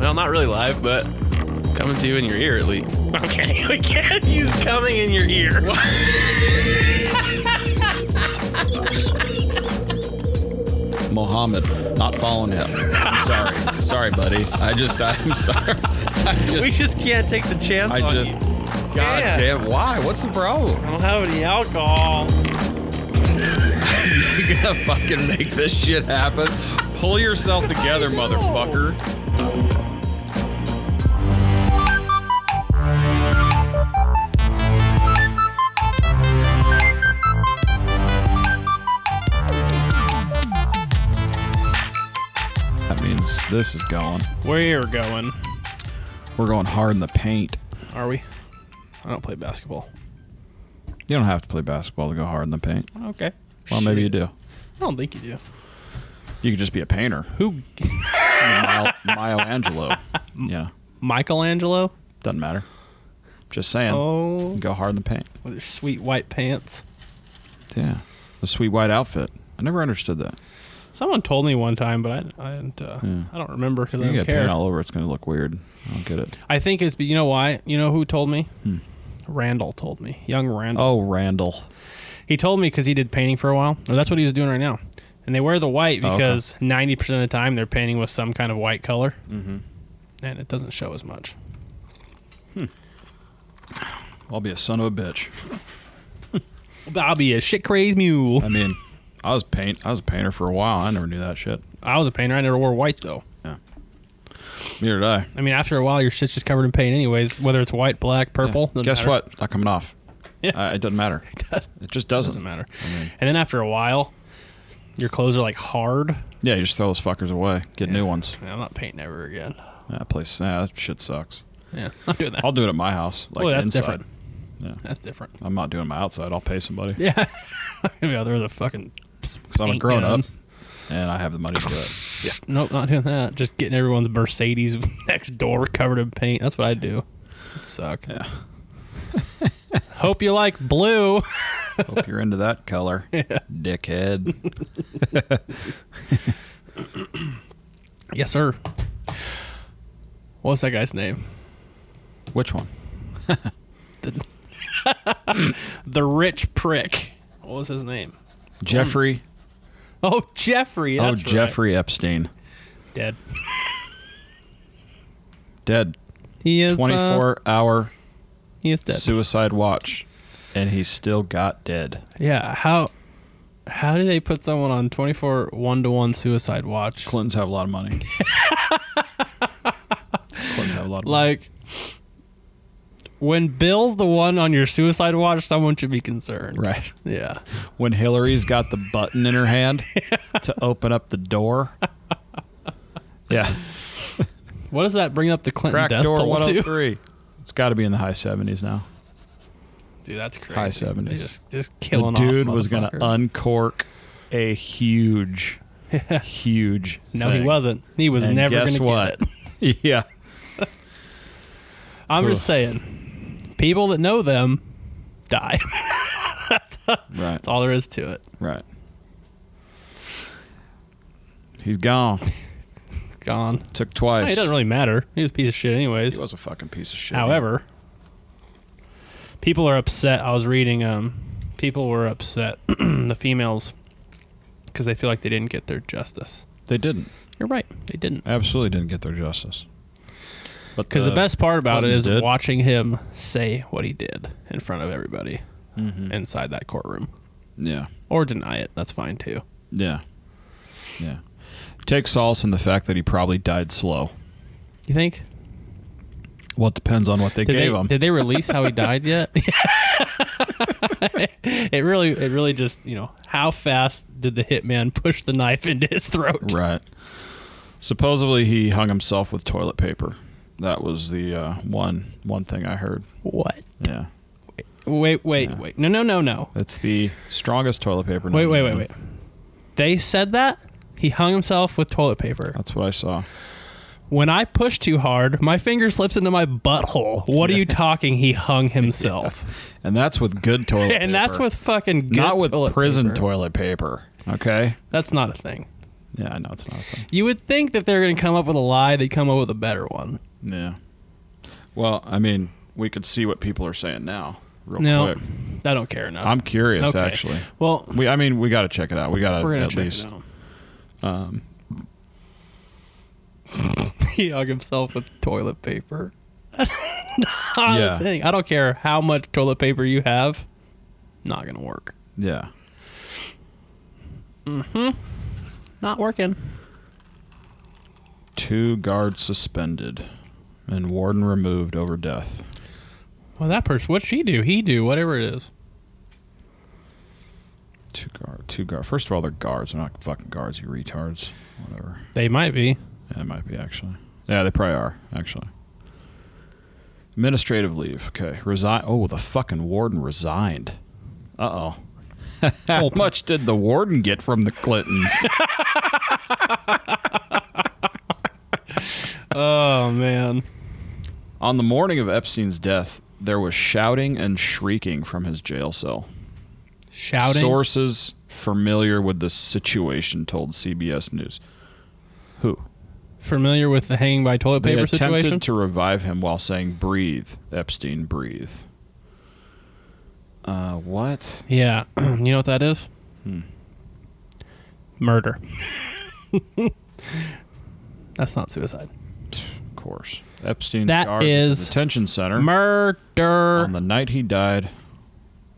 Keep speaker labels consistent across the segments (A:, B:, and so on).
A: Well, not really live, but coming to you in your ear at least.
B: Okay, we can't use coming in your ear.
C: Mohammed, not following him. Sorry, sorry, buddy. I just, I'm sorry. I
B: We
C: just,
B: just can't take the chance.
C: I
B: on
C: just.
B: you.
C: God
B: Yeah.
C: damn! Why? What's the problem?
B: I don't have any alcohol.
C: You gotta fucking make this shit happen. Pull yourself together, motherfucker. That means this is going.
B: We're going.
C: We're going hard in the paint.
B: Are we? I don't play basketball.
C: You don't have to play basketball to go hard in the paint.
B: Okay.
C: Well, maybe you do.
B: I don't think you do.
C: You could just be a painter. Who? Milo, Milo Angelo. Yeah.
B: Michelangelo.
C: Doesn't matter. Just saying.
B: Oh,
C: Go hard in the paint.
B: with his sweet white pants.
C: Yeah. The sweet white outfit. I never understood that.
B: Someone told me one time, but I I, didn't, uh, I don't remember because I
C: You
B: don't
C: get
B: care.
C: paint all over. It's going to look weird. I don't get it.
B: I think it's. You know why? You know who told me? Randall told me. Young Randall.
C: Oh, Randall.
B: He told me because he did painting for a while, or that's what he was doing right now. And they wear the white
C: Oh, okay.
B: because ninety percent of the time they're painting with some kind of white color, mm-hmm. and it doesn't show as much.
C: I'll be a son of a bitch.
B: I'll be a shit crazed mule.
C: I mean, I was paint. I was a painter for a while. I never knew that shit.
B: I was a painter. I never wore white though.
C: Neither did I.
B: I mean, after a while, your shit's just covered in paint, anyways. Whether it's white, black, purple. doesn't
C: Guess
B: matter.
C: what? Not coming off.
B: Yeah.
C: I, it doesn't matter. It,
B: does-
C: just doesn't.
B: Doesn't matter.
C: I mean,
B: And then after a while, your clothes are like hard.
C: yeah, you just throw those fuckers away. Get new ones.
B: Yeah, I'm not painting ever again.
C: That place. Yeah, that shit sucks.
B: Yeah, not doing that.
C: I'll do it at my house. Like
B: Well, that's
C: inside.
B: different.
C: Yeah.
B: That's different.
C: I'm not doing my outside. I'll pay somebody.
B: Yeah, I'm gonna be out there with a fucking.
C: Because I'm a
B: Ain't
C: grown
B: done.
C: up and I have the money to do it.
B: Nope, not doing that. Just getting everyone's Mercedes next door covered in paint. That's what I do. It'd suck.
C: Yeah.
B: Hope you like blue.
C: Hope you're into that color, dickhead.
B: yes, sir. What's that guy's name?
C: Which one?
B: The rich prick. What was his name?
C: Jeffrey.
B: Oh, Jeffrey.
C: oh,
B: Mm, that's right.
C: Jeffrey Epstein.
B: Dead.
C: Dead.
B: He is uh,
C: 24 hour
B: he is dead.
C: suicide watch. And he still got dead.
B: Yeah. How how do they put someone on 24 one to one suicide watch?
C: Clintons have a lot of money. Clintons have a lot of money.
B: Like when Bill's the one on your suicide watch, someone should be concerned.
C: Right.
B: Yeah.
C: When Hillary's got the button in her hand to open up the door. Yeah.
B: What does that bring up the Clinton
C: Crack
B: death
C: door
B: toll to?
C: 103. It's got to be in the high 70s now.
B: Dude, that's crazy.
C: High 70s.
B: They Just, just killing
C: the dude
B: off
C: was gonna
B: motherfuckers.
C: uncork a huge, huge.
B: No, he
C: thing.
B: wasn't. He was
C: And
B: never
C: guess
B: gonna
C: what?
B: get it.
C: yeah,
B: I'm
C: Oof.
B: just saying, people that know them die.
C: right,
B: That's all there is to it.
C: right. He's gone.
B: It's gone.
C: Took twice.
B: It doesn't really matter. He was a piece of shit, anyways.
C: he was a fucking piece of shit.
B: However, people are upset. I was reading, um, people were upset, the females, because they feel like they didn't get their justice.
C: they didn't.
B: You're right, they didn't.
C: Absolutely didn't get their justice. But
B: Because the, best part about
C: Clintons
B: it is
C: Uh, did.
B: watching him say what he did in front of everybody
C: Mm-hmm. Mm.
B: inside that courtroom,
C: yeah,
B: or deny it. That's fine too.
C: yeah, yeah. Take solace in the fact that he probably died slow.
B: You think?
C: Well, it depends on what they
B: Did
C: gave
B: they,
C: him.
B: Did they release how he died yet? it really, it really just you know how fast did the hitman push the knife into his throat?
C: Right. Supposedly he hung himself with toilet paper. That was the uh, one one thing I heard.
B: What?
C: Yeah,
B: Wait, wait, wait. No, no, no, no.
C: it's the strongest toilet paper.
B: Wait,
C: known
B: wait,
C: to
B: wait,
C: man.
B: wait. They said that he hung himself with toilet paper.
C: That's what I saw.
B: When I push too hard, my finger slips into my butthole. What are you talking? He hung himself,
C: And that's with good toilet. paper.
B: and that's with fucking good
C: not with
B: toilet
C: prison
B: paper.
C: toilet paper. Okay,
B: That's not a thing.
C: Yeah, I know it's not a thing.
B: You would think that they're going to come up with a lie, they come up with a better one.
C: Yeah. Well, I mean, we could see what people are saying now, real
B: no,
C: quick.
B: I don't care enough.
C: I'm curious,
B: Okay.
C: actually.
B: well,
C: We, I mean, we got to check it out. We got
B: we're
C: to
B: going to
C: at
B: check
C: least.
B: it out.
C: Um,
B: he hung himself with toilet paper. Not
C: Yeah.
B: a thing. I don't care how much toilet paper you have. Not gonna work.
C: yeah.
B: Not working.
C: Two guards suspended, and warden removed over death.
B: Well, that person, what'd she do? He do whatever it is.
C: Two guard. Two guard. First of all, they're guards. They're not fucking guards. You retards. Whatever.
B: They might be.
C: Yeah, it might be actually. Yeah, they probably are actually. Administrative leave. Okay. Resign. Oh, the fucking warden resigned. Uh oh. How much did the warden get from the Clintons?
B: Oh man.
C: On the morning of Epstein's death, there was shouting and shrieking from his jail cell.
B: Shouting.
C: Sources familiar with the situation told CBS News. Who?
B: Familiar with the hanging by toilet
C: They
B: paper
C: attempted
B: situation?
C: to revive him while saying, "Breathe, Epstein, breathe." Uh, what?
B: yeah. you know what that is?
C: Hmm.
B: Murder. That's not suicide.
C: Of course, Epstein
B: That
C: guards at the
B: is
C: detention center
B: Murder.
C: on the night he died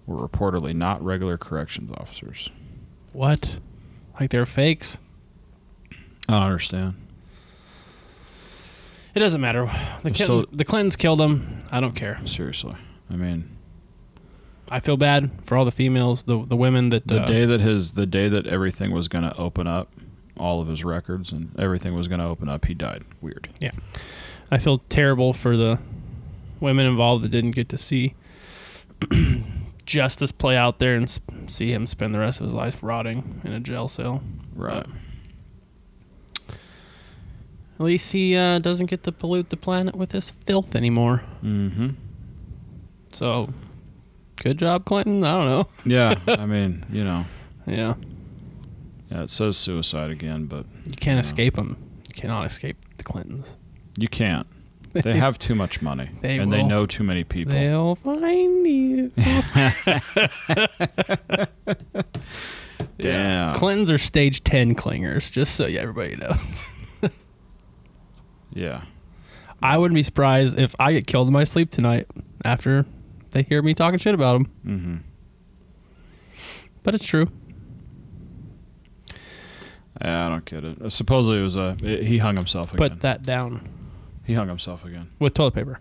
C: were reportedly not regular corrections officers.
B: what? Like they're fakes?
C: I don't understand.
B: It doesn't matter. The
C: It's
B: Clintons,
C: still-
B: the Clintons killed him. I don't care.
C: Seriously, I mean,
B: I feel bad for all the females, the the women that
C: the
B: uh,
C: day that his the day that everything was going to open up all of his records and everything was going to open up he died weird
B: I feel terrible for the women involved that didn't get to see justice play out there and s see him spend the rest of his life rotting in a jail cell.
C: right
B: At least he uh, doesn't get to pollute the planet with his filth anymore.
C: mm-hmm
B: So, good job, Clinton. I don't know.
C: yeah i mean you know yeah
B: Yeah,
C: it says suicide again but
B: you can't
C: Yeah.
B: escape him. You cannot escape the Clintons.
C: you can't they have too much money
B: They
C: and they
B: will.
C: know too many people
B: They'll find you.
C: damn
B: Clintons are stage 10 clingers, just so yeah, everybody knows.
C: yeah
B: I wouldn't be surprised if I get killed in my sleep tonight after they hear me talking shit about them.
C: mm-hmm
B: But it's true.
C: i don't get it Uh, supposedly it was a it- he hung himself again
B: Put that down
C: he hung himself again
B: with toilet paper.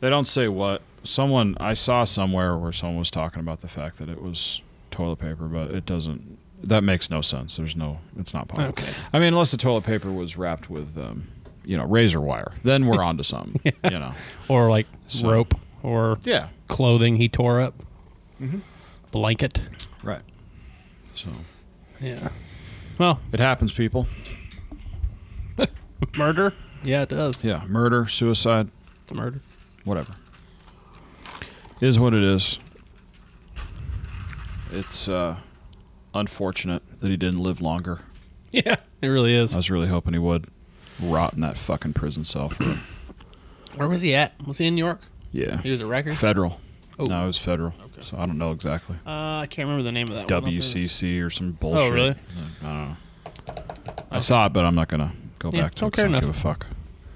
C: They don't say what. Someone I saw somewhere where someone was talking about the fact that it was toilet paper, but it doesn't. That makes no sense. There's no. It's not possible.
B: Oh, Okay.
C: I mean, unless the toilet paper was wrapped with, um, you know, razor wire, then we're onto something. You know.
B: Or like
C: So-
B: rope or
C: Yeah.
B: clothing he tore up. Mm-hmm. Blanket.
C: Right. So
B: Yeah. Well,
C: it happens, people.
B: murder. Yeah, it does.
C: Yeah. Murder, suicide,
B: It's murder.
C: whatever. Is what it is. It's uh, unfortunate that he didn't live longer.
B: Yeah, it really is.
C: I was really hoping he would rot in that fucking prison cell for him.
B: Where was he at? Was he in New York?
C: Yeah.
B: He was a record.
C: Federal.
B: Oh.
C: No, it was federal. So I don't know exactly.
B: Uh, I can't remember the name of that. one.
C: WCC or some bullshit.
B: Oh, really?
C: I don't know. I saw it, but I'm not going to go
B: Yeah,
C: back to
B: don't
C: it. 'cause
B: care
C: I
B: enough.
C: Give a fuck.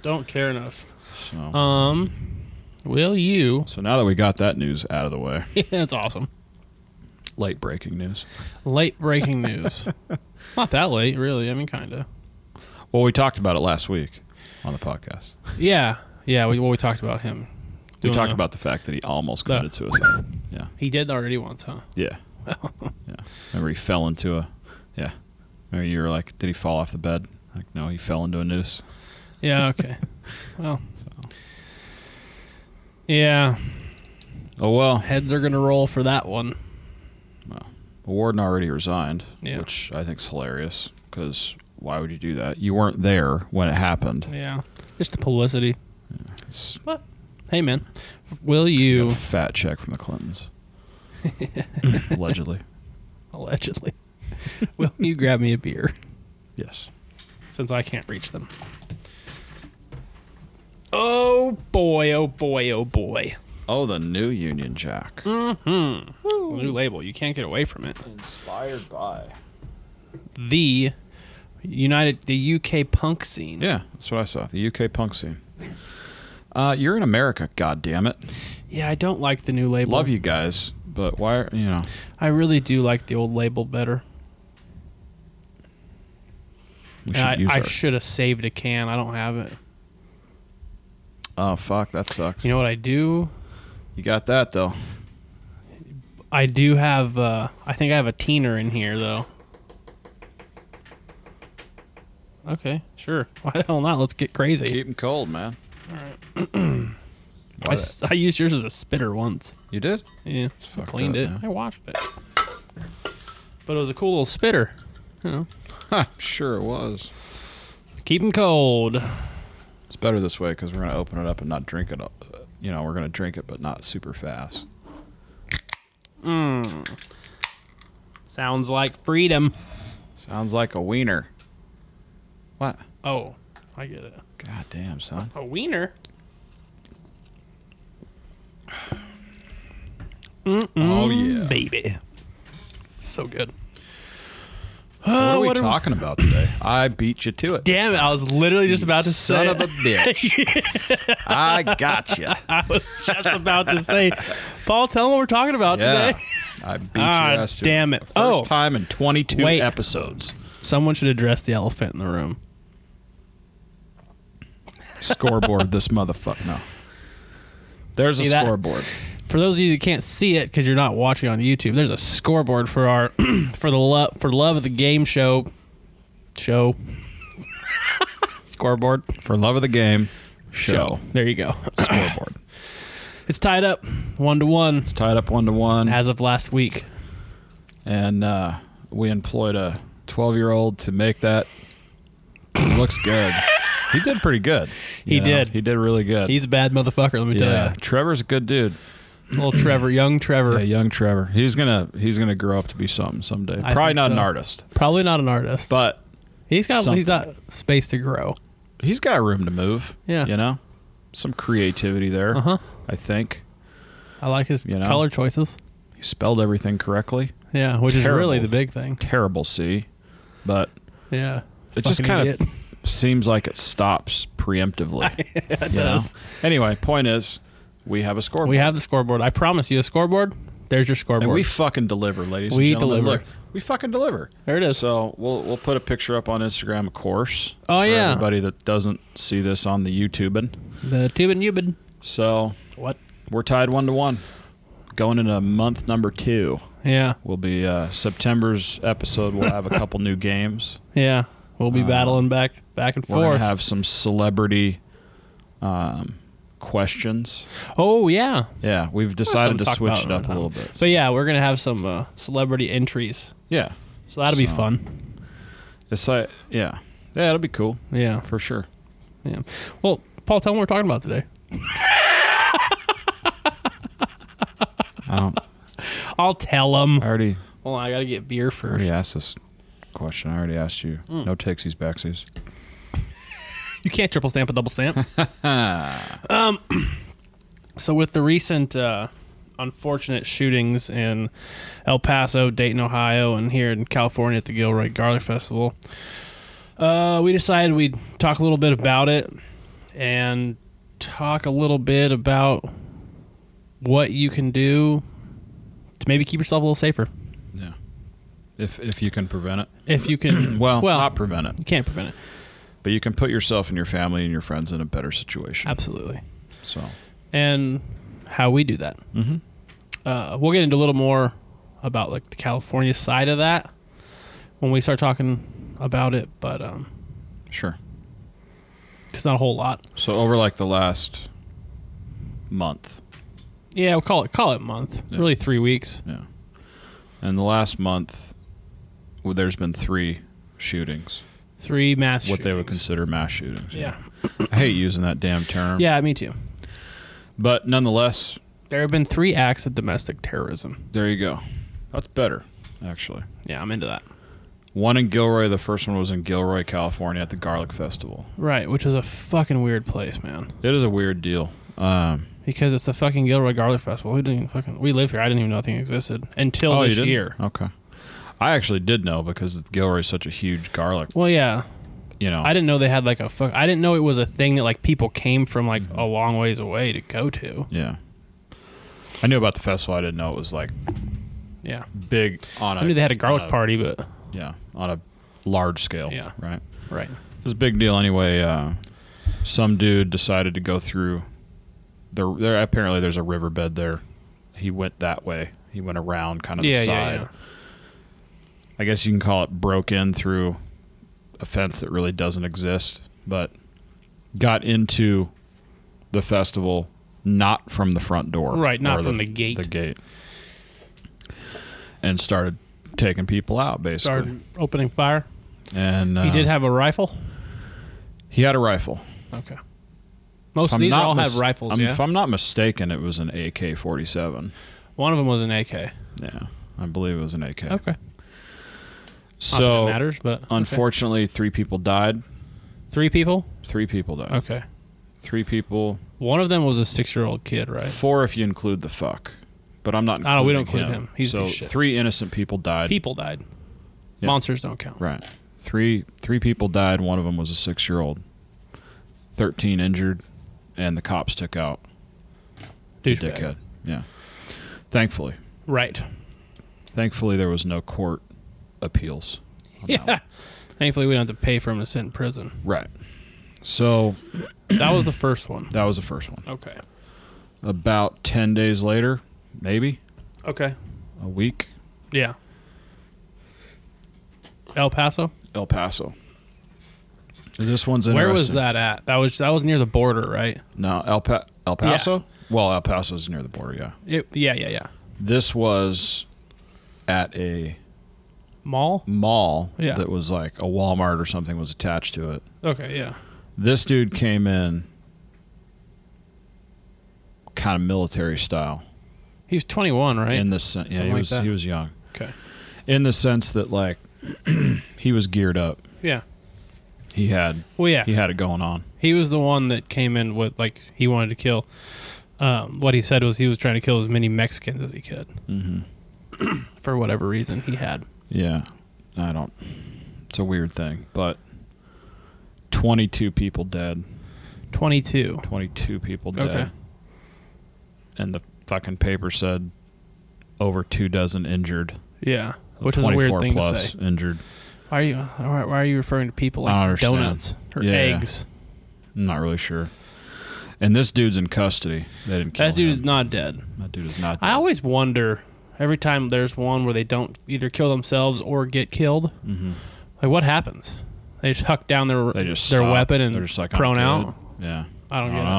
B: Don't care enough.
C: So,
B: Um, will you?
C: so now that we got that news out of the way,
B: Yeah, that's awesome.
C: late breaking news.
B: Late breaking news. Not that late, really. I mean, kind of.
C: Well, we talked about it last week on the podcast.
B: Yeah, yeah. We well, we talked about him.
C: We
B: doing
C: talked
B: the-
C: about the fact that he almost
B: The-
C: committed suicide. Yeah.
B: he did already once, huh?
C: Yeah. yeah. Remember he fell into a. Yeah. Remember you were like, did he fall off the bed? Like, no, he fell into a noose.
B: Yeah. Okay. well. Yeah,
C: Oh well,
B: heads are gonna roll for that one.
C: Warden already resigned,
B: Yeah.
C: which I think's hilarious because why would you do that? You weren't there when it happened.
B: Yeah, just the publicity.
C: It's-
B: Hey, man, will
C: he got
B: you
C: a fat check from the Clintons, allegedly.
B: allegedly? Will you grab me a beer?
C: Yes.
B: since I can't reach them. Oh boy, oh boy, oh boy.
C: Oh, the new Union Jack.
B: Mm-hmm. New label, you can't get away from it.
C: Inspired by.
B: The United the UK punk scene.
C: Yeah, that's what I saw. The UK punk scene. Uh, you're in America, God damn it.
B: Yeah, I don't like the new label.
C: Love you guys, but why? Are, you know,
B: I really do like the old label better.
C: we
B: And
C: should use
B: I, I
C: our.
B: should have saved a can. I don't have it.
C: oh fuck, that sucks.
B: You know what I do?
C: you got that though.
B: I do have. Uh, I think I have a teener in here though. Okay, sure. Why the hell not? Let's get crazy.
C: Keep them cold, man.
B: I, s- I used yours as a spitter once.
C: You did?
B: Yeah, I
C: fucked
B: cleaned
C: up
B: it.
C: now.
B: I washed it. But it was a cool little spitter. You know,
C: Ha, sure it was.
B: keep 'em cold.
C: It's better this way because we're gonna open it up and not drink it. all- uh, You know, we're gonna drink it, but not super fast.
B: Sounds like freedom.
C: Sounds like a wiener. What?
B: Oh, I get it.
C: God damn, son.
B: A wiener. Mm,
C: Oh yeah.
B: baby. So good.
C: What
B: Uh,
C: are we
B: what are we-
C: talking about today? I beat you to it.
B: Damn it! I was literally just about to
C: Son
B: say.
C: of a bitch. I got you.
B: I was just about to say, Paul, tell them what we're talking about
C: Yeah.
B: today.
C: I beat
B: Ah,
C: your ass to
B: damn it.
C: First
B: Oh.
C: time in 22
B: Wait.
C: episodes.
B: Someone should address the elephant in the room.
C: Scoreboard this motherfucker. No. There's
B: See
C: a
B: that?
C: scoreboard.
B: For those of you that can't see it because you're not watching on YouTube, there's a scoreboard for our for the love for love of the game show show scoreboard
C: For love of the game,
B: show.
C: show.
B: There you go.
C: Scoreboard.
B: It's tied up one to one
C: It's tied up one to one.
B: as of last week.
C: And uh, we employed a 12 year old to make that. It looks good. He did pretty good. you
B: He did.
C: He did really good.
B: He's a bad motherfucker. Let me
C: yeah. Trevor's a good dude.
B: tell you, little Trevor, young Trevor,
C: Yeah, young Trevor. He's gonna he's gonna grow up to be something someday.
B: I
C: Probably
B: think
C: not an
B: so.
C: artist,
B: probably not an artist.
C: but
B: he's got he's got
C: something.
B: space to grow.
C: he's got room to move.
B: Yeah.
C: you know, some creativity there.
B: Uh huh.
C: I think
B: I like his
C: You know?
B: color choices.
C: he spelled everything correctly.
B: Yeah, which is
C: Terrible.
B: really the big thing.
C: Terrible C, but
B: Yeah,
C: it just
B: Fucking
C: kind
B: idiot.
C: of seems like it stops preemptively.
B: it
C: you know?
B: does.
C: Anyway, point is, we have a scoreboard.
B: We have the scoreboard. I promise you a scoreboard. There's your scoreboard.
C: And we fucking deliver, ladies
B: We
C: and gentlemen. Look,
B: deliver.
C: we fucking deliver.
B: There it is.
C: So we'll we'll put a picture up on Instagram, of course.
B: Oh,
C: for
B: yeah.
C: Everybody that doesn't see this on the YouTubing.
B: the tubin yubin.
C: So
B: What?
C: we're tied one to one. Going into month number two
B: Yeah,
C: will be uh, September's episode. We'll have a couple new games.
B: yeah. We'll be
C: Uh,
B: battling back, back and
C: We're going
B: forth.
C: to have some celebrity um, questions.
B: oh yeah.
C: Yeah, we've
B: Something
C: decided to
B: talk
C: switch it
B: about
C: up a
B: another
C: little
B: time.
C: bit.
B: But yeah, we're gonna have some uh, celebrity entries,
C: yeah,
B: so that'll be
C: So-
B: fun.
C: it's like, yeah, yeah, it'll be cool
B: Yeah,
C: for sure.
B: yeah. Well, Paul, tell them what we're talking about today.
C: I don't.
B: I'll tell them.
C: I already
B: Well, I gotta get beer first.
C: already asked this question. I already asked you. No takesies, backsies.
B: You can't triple stamp a double stamp. um, so with the recent uh, unfortunate shootings in El Paso, Dayton, Ohio, and here in California at the Gilroy Garlic Festival, uh, we decided we'd talk a little bit about it and talk a little bit about what you can do to maybe keep yourself a little safer
C: Yeah. If if you can prevent it,
B: if you can.
C: well,
B: well,
C: not prevent it,
B: you can't prevent it.
C: but you can put yourself and your family and your friends in a better situation.
B: Absolutely.
C: So,
B: and how we do that.
C: Mhm.
B: Uh, we'll get into a little more about like the California side of that when we start talking about it, but um,
C: sure.
B: it's not a whole lot.
C: So over like the last month,
B: Yeah, we'll call it call it month.
C: Yeah.
B: Really, three weeks.
C: yeah, and the last month, well, there's been three shootings,
B: Three mass.
C: what they would
B: shootings.
C: consider mass shootings.
B: Yeah,
C: I hate using that damn term.
B: yeah, me too.
C: But nonetheless,
B: There have been three acts of domestic terrorism.
C: there you go. That's better, actually.
B: Yeah, I'm into that.
C: One in Gilroy. The first one was in Gilroy, California, at the Garlic Festival.
B: Right, which is a fucking weird place, man.
C: It is a weird deal. Um,
B: Because it's the fucking Gilroy Garlic Festival. We didn't even fucking we live here. I didn't even know that thing existed until
C: oh, you
B: this
C: didn't?
B: year.
C: Okay. I actually did know because Gilroy is such a huge garlic.
B: Well, yeah,
C: You know,
B: I didn't know they had like a fuck. I didn't know it was a thing that like people came from like
C: Mm-hmm.
B: a long ways away to go to.
C: Yeah. I knew about the festival. I didn't know it was like
B: Yeah,
C: big on a.
B: I knew they had a garlic
C: on
B: party, but
C: Yeah, on a large scale.
B: Yeah.
C: Right.
B: right.
C: It was a big deal anyway. Uh, some dude decided to go through. There, there apparently there's a riverbed there. He went that way. He went around kind of
B: Yeah,
C: the
B: yeah,
C: side.
B: yeah.
C: I guess you can call it broke in through a fence that really doesn't exist, but got into the festival not from the front door,
B: Right, not
C: or
B: from the gate.
C: the gate, and started taking people out basically.
B: Started opening fire.
C: And uh,
B: He did have a rifle.
C: he had a rifle.
B: Okay. Most
C: If I'm
B: of these
C: not
B: all
C: mis-
B: have rifles.
C: I'm-
B: yeah.
C: If I'm not mistaken, it was an AK-47.
B: One of them was an AK.
C: Yeah, I believe it was an AK.
B: Okay. Not that
C: So,
B: it matters, but okay.
C: unfortunately, three people died.
B: three people.
C: Three people died.
B: Okay.
C: Three people.
B: One of them was a six-year-old kid, right?
C: Four if you include the fuck. But I'm not.
B: Oh, we don't
C: including
B: include him. He's a
C: so
B: piece of shit.
C: three innocent people died.
B: People died.
C: Yeah.
B: Monsters don't count.
C: Right. Three three people died. One of them was a six year old. Thirteen injured, and the cops took out the
B: Douchebag.
C: dickhead. Yeah. Thankfully,
B: Right.
C: thankfully there was no court appeals. on that
B: Yeah.
C: one.
B: Thankfully, we don't have to pay for him to sit in prison.
C: Right. So
B: that was the first one.
C: that was the first one.
B: Okay.
C: About ten days later, maybe
B: Okay.
C: a week,
B: Yeah. El Paso.
C: El Paso. This one's interesting.
B: Where was that at? That was that was near the border, right?
C: No, El pa- El Paso. Well, El Paso's near the border. Yeah.
B: It, yeah, yeah, yeah.
C: This was at a
B: Mall.
C: mall
B: Yeah.
C: that was like a Walmart or something was attached to it.
B: Okay. Yeah.
C: This dude came in kind of military style
B: He was 21, right?
C: in the sen- yeah,
B: Something
C: he
B: like
C: was
B: that.
C: he was young
B: okay.
C: in the sense that like he was geared up.
B: Yeah.
C: He had
B: Well, yeah.
C: he had it going on.
B: He was the one that came in with like he wanted to kill. Um, what he said was he was trying to kill as many Mexicans as he could
C: Mm-hmm.
B: for whatever reason he had.
C: Yeah, I don't. It's a weird thing, but 22 people dead.
B: 22.
C: 22 people dead.
B: Okay.
C: And the fucking paper said over two dozen injured.
B: Yeah. Which is a weird
C: 24
B: thing
C: plus
B: to say.
C: injured.
B: Why are you why, why are you referring to people
C: I don't
B: like
C: understand.
B: donuts or
C: Yeah.
B: eggs?
C: I'm not really sure. And this dude's in custody. They didn't kill
B: That dude
C: him.
B: is not dead.
C: that dude is not.
B: I
C: dead.
B: always wonder every time there's one where they don't either kill themselves or get killed.
C: Mhm.
B: Like what happens? They just huck down their
C: They just
B: their
C: stop.
B: weapon and
C: They're just like I'm
B: prone
C: good.
B: out.
C: Yeah.
B: I don't
C: I
B: get
C: don't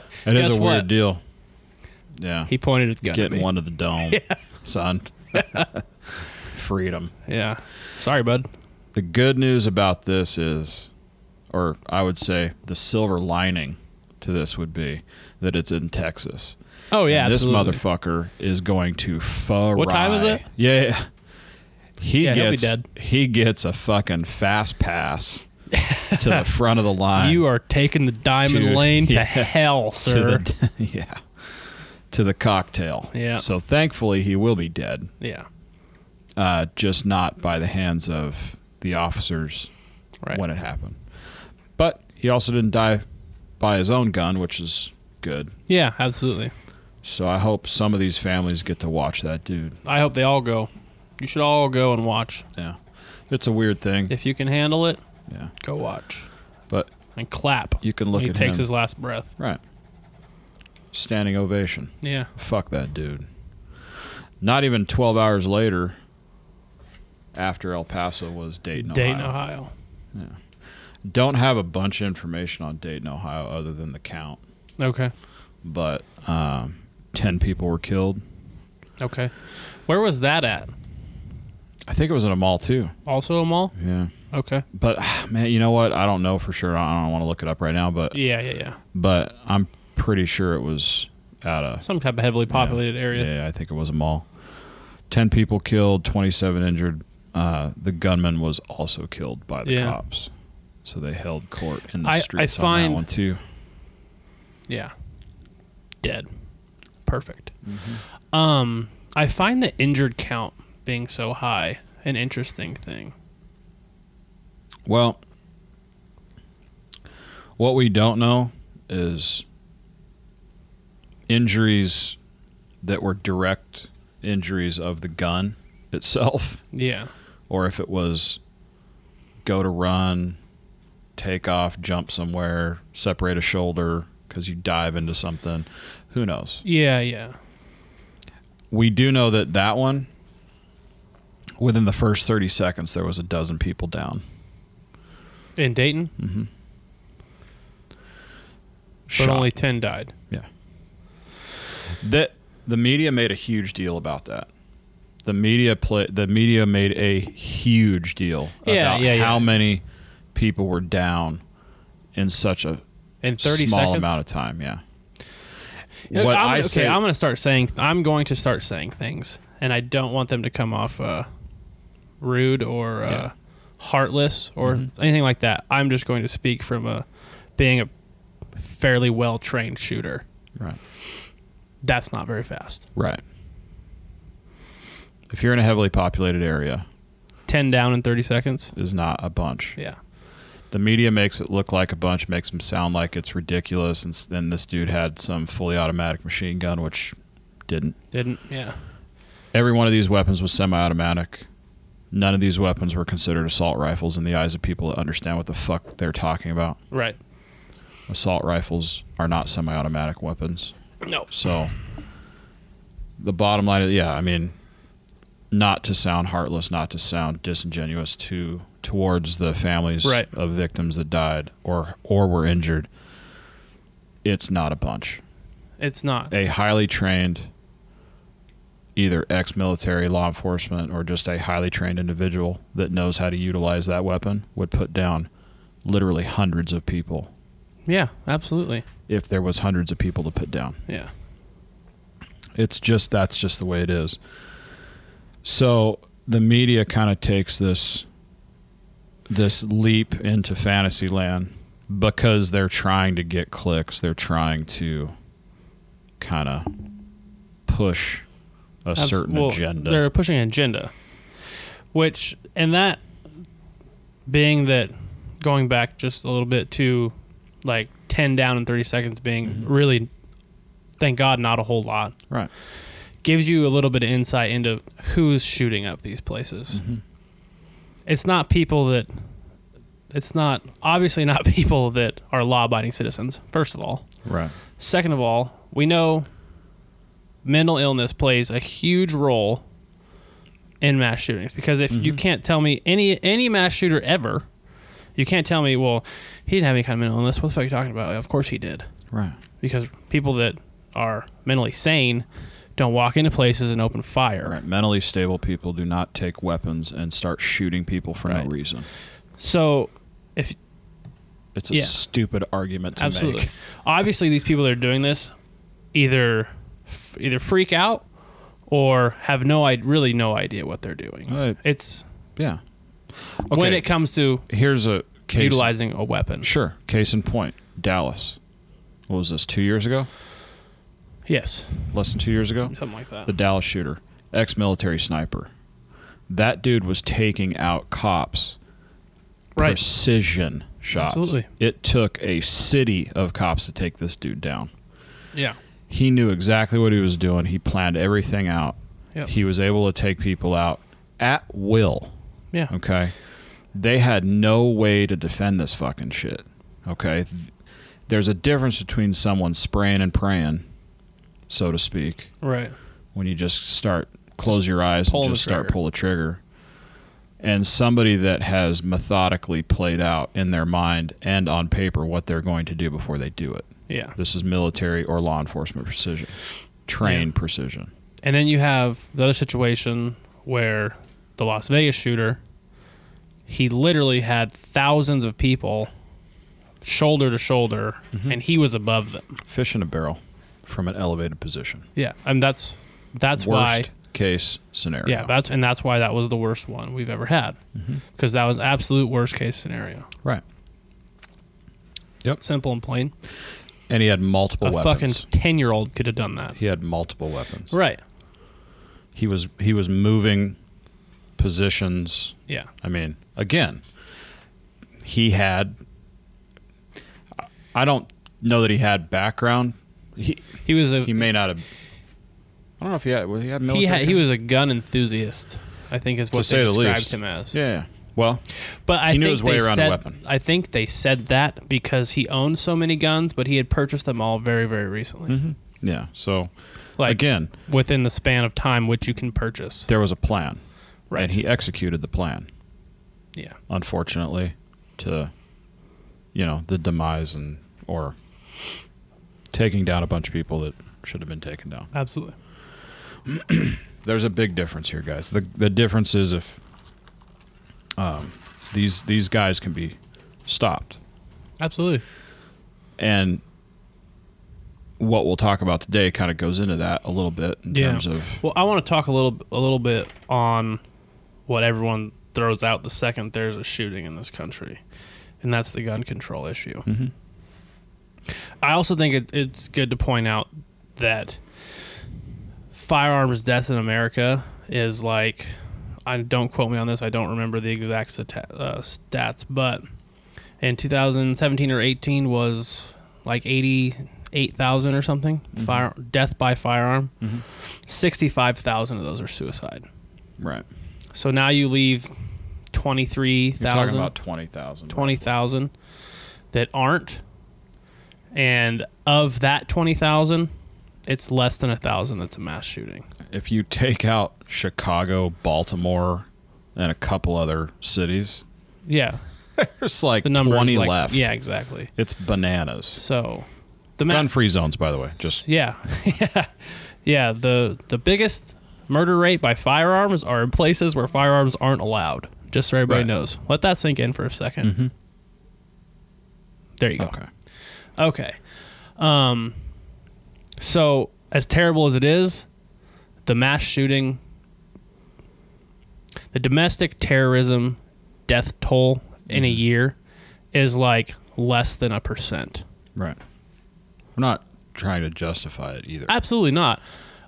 B: it.
C: know. It is
B: Guess
C: a
B: what?
C: weird deal. Yeah.
B: He pointed his gun. at
C: Getting
B: me.
C: one to the dome, son. Freedom.
B: Yeah. Sorry, bud.
C: The good news about this is, or I would say, the silver lining to this would be that it's in Texas.
B: Oh yeah.
C: And this
B: absolutely.
C: motherfucker is going to fry.
B: What time is it?
C: Yeah. He
B: Yeah, he'll be
C: gets
B: dead.
C: he gets a fucking fast pass to the front of the line.
B: You are taking the diamond
C: Dude,
B: lane to
C: yeah.
B: hell,
C: to
B: sir.
C: the yeah to the cocktail.
B: Yeah.
C: So thankfully he will be dead,
B: yeah.
C: uh, just not by the hands of the officers
B: Right.
C: when it happened. But he also didn't die by his own gun, which is good.
B: yeah, absolutely.
C: So I hope some of these families get to watch that dude.
B: I hope they all go. You should all go and watch.
C: Yeah. It's a weird thing.
B: If you can handle it,
C: Yeah.
B: go watch
C: But
B: and clap.
C: you can look
B: he
C: at
B: takes
C: him.
B: his last breath.
C: right. Standing ovation.
B: Yeah.
C: Fuck that dude. Not even 12 hours later after El Paso was Dayton,
B: Dayton,
C: Ohio.
B: Ohio.
C: Don't have a bunch of information on Dayton, Ohio other than the count,
B: Okay.
C: but um, 10 people were killed.
B: Okay. Where was that at?
C: I think it was in a mall too.
B: Also a mall?
C: Yeah.
B: Okay.
C: But man, you know what? I don't know for sure. I don't want to look it up right now, but
B: Yeah, yeah, yeah.
C: but I'm pretty sure it was at a
B: Some type of heavily populated area.
C: Yeah, I think it was a mall. Ten people killed, twenty-seven injured. uh, the gunman was also killed by the
B: Yeah.
C: cops. So they held court in the
B: I- I
C: streets on
B: find-
C: that one too.
B: Yeah. Dead. Perfect.
C: Mm-hmm.
B: Um, I find the injured count being so high an interesting thing.
C: Well, what we don't know is injuries that were direct injuries of the gun itself,
B: Yeah.
C: or if it was go to run, take off, jump somewhere, separate a shoulder because you dive into something. Who knows?
B: Yeah, yeah.
C: We do know that that one, within the first 30 seconds, there was a dozen people down.
B: In Dayton,
C: Shot.
B: but only 10 died.
C: that the media made a huge deal about that. The media play, the media made a huge deal
B: Yeah,
C: about
B: yeah,
C: how
B: yeah.
C: many people were down in such a
B: In 30
C: small
B: seconds.
C: amount of time. Yeah.
B: Yeah,
C: What
B: I'm gonna,
C: I
B: okay,
C: say-
B: I'm going to start saying I'm going to start saying things and I don't want them to come off uh, rude or uh,
C: Yeah. Mm-hmm.
B: heartless or anything like that. I'm just going to speak from a being a fairly well-trained shooter.
C: Right.
B: That's not very fast.
C: Right. If you're in a heavily populated area,
B: 10 down in 30 seconds.
C: is not a bunch.
B: Yeah.
C: The media makes it look like a bunch, makes them sound like it's ridiculous. And s- then this dude had some fully automatic machine gun, which didn't.
B: Didn't. Yeah.
C: Every one of these weapons was semi automatic. None of these weapons were considered assault rifles in the eyes of people that understand what the fuck they're talking about.
B: Right.
C: Assault rifles are not semi automatic weapons.
B: No.
C: So, the bottom line is yeah, I mean, not to sound heartless, not to sound disingenuous to towards the families
B: Right.
C: of victims that died or or were injured. It's not a bunch.
B: It's not.
C: a highly trained either ex-military law enforcement or just a highly trained individual that knows how to utilize that weapon would put down literally hundreds of people
B: Yeah, absolutely.
C: if there was hundreds of people to put down
B: Yeah.
C: it's just that's just the way it is so the media kind of takes this this leap into fantasy land because they're trying to get clicks they're trying to kind of push a
B: Abs-
C: certain
B: well,
C: agenda
B: They're pushing an agenda, which and that being that going back just a little bit to like ten down in thirty seconds being
C: Mm-hmm.
B: really, thank God, not a whole lot
C: right
B: gives you a little bit of insight into who's shooting up these places.
C: Mm. Mm-hmm.
B: It's not people that. It's not obviously not people that are law-abiding citizens. First of all,
C: right
B: Second of all, we know mental illness plays a huge role in mass shootings because if
C: Mm-hmm.
B: you can't tell me any any mass shooter ever, you can't tell me, well, he didn't have any kind of mental illness. What the fuck are you talking about? Of course he did.
C: right
B: Because people that are mentally sane don't walk into places and open fire.
C: all right mentally stable people do not take weapons and start shooting people for
B: Right.
C: no reason
B: So if
C: it's a
B: Yeah.
C: stupid argument to
B: absolutely
C: make
B: obviously these people that are doing this either f- either freak out or have no I really no idea what they're doing.
C: Right.
B: It's
C: yeah
B: when it comes to
C: here's a case
B: utilizing a weapon.
C: Sure. Case in point, Dallas. What was this? Two years ago?
B: Yes,
C: Less than two years ago?
B: something like that.
C: The Dallas shooter, ex-military sniper. That dude was taking out cops.
B: Right.
C: Precision shots.
B: Absolutely.
C: It took a city of cops to take this dude down.
B: yeah,
C: He knew exactly what he was doing. He planned everything out.
B: Yep.
C: He was able to take people out at will.
B: yeah,
C: Okay. They had no way to defend this fucking shit. Okay. Th- There's a difference between someone spraying and praying, so to speak,
B: right.
C: when you just start close your eyes
B: pulling
C: and
B: the
C: just start
B: trigger.
C: pull the trigger. And somebody that has methodically played out in their mind and on paper what they're going to do before they do it.
B: Yeah,
C: This is military or law enforcement precision. Trained precision.
B: and then you have the other situation where the Las Vegas shooter, he literally had thousands of people shoulder to shoulder,
C: Mm-hmm.
B: and he was above them.
C: Fish in a barrel from an elevated position.
B: Yeah, and that's that's
C: Worst
B: why
C: case scenario. Mm-hmm.
B: Yeah, that's and that's why that was the worst one we've ever had, because that was absolute worst case scenario.
C: right.
B: Simple and plain.
C: And he had multiple
B: a
C: weapons.
B: fucking ten year old could have done that.
C: he had multiple weapons.
B: Right.
C: He was he was moving positions.
B: Yeah.
C: I mean, again, he had. I don't know that he had background. He
B: He was a
C: he may not have. I don't know if he had. was He had military.
B: he had, he
C: training?
B: was a gun enthusiast. I think is what
C: To
B: they
C: say the
B: described
C: least.
B: him as.
C: Yeah. yeah. Well,
B: But I
C: He knew
B: think
C: his way
B: they
C: around a
B: said,
C: weapon.
B: I think they said that because he owned so many guns, but he had purchased them all very, very recently,
C: yeah. So Mm-hmm.
B: like
C: again,
B: within the span of time which you can purchase.
C: there was a plan,
B: Right.
C: and he executed the plan.
B: Yeah.
C: unfortunately, to you know the demise and or taking down a bunch of people that should have been taken down.
B: Absolutely.
C: There's a big difference here, guys. The the difference is if um, these these guys can be stopped,
B: Absolutely.
C: and what we'll talk about today kind of goes into that a little bit in
B: Yeah.
C: terms of
B: Well, I want to talk a little a little bit on what everyone throws out the second there's a shooting in this country, and that's the gun control issue.
C: Mhm.
B: I also think it, it's good to point out that firearms deaths in America is like I don't quote me on this. I don't remember the exact stat, uh, stats, but in 2017 or 18 was like 88,000 or something
C: Mm-hmm.
B: fire death by firearm. 65,000 of those are suicide.
C: right.
B: So now you leave
C: You're talking
B: 23,000,
C: about twenty thousand.
B: 20,000 that aren't. And of that 20,000, it's less than a 1,000 that's a mass shooting.
C: If you take out Chicago, Baltimore, and a couple other cities,
B: Yeah.
C: there's like
B: The number
C: twenty
B: is like,
C: left.
B: Yeah, exactly.
C: It's bananas.
B: So the ma-
C: Gun free zones, by the way. Just
B: Yeah. yeah. Yeah, the the biggest murder rate by firearms are in places where firearms aren't allowed. Just so everybody
C: Right. Mm-hmm.
B: knows. Let that sink in for a 2nd There you go.
C: okay.
B: Okay. Um so as terrible as it is, the mass shooting the domestic terrorism death toll in
C: Mm-hmm.
B: a year is like less than a percent.
C: Right. We're not trying to justify it either.
B: Absolutely not.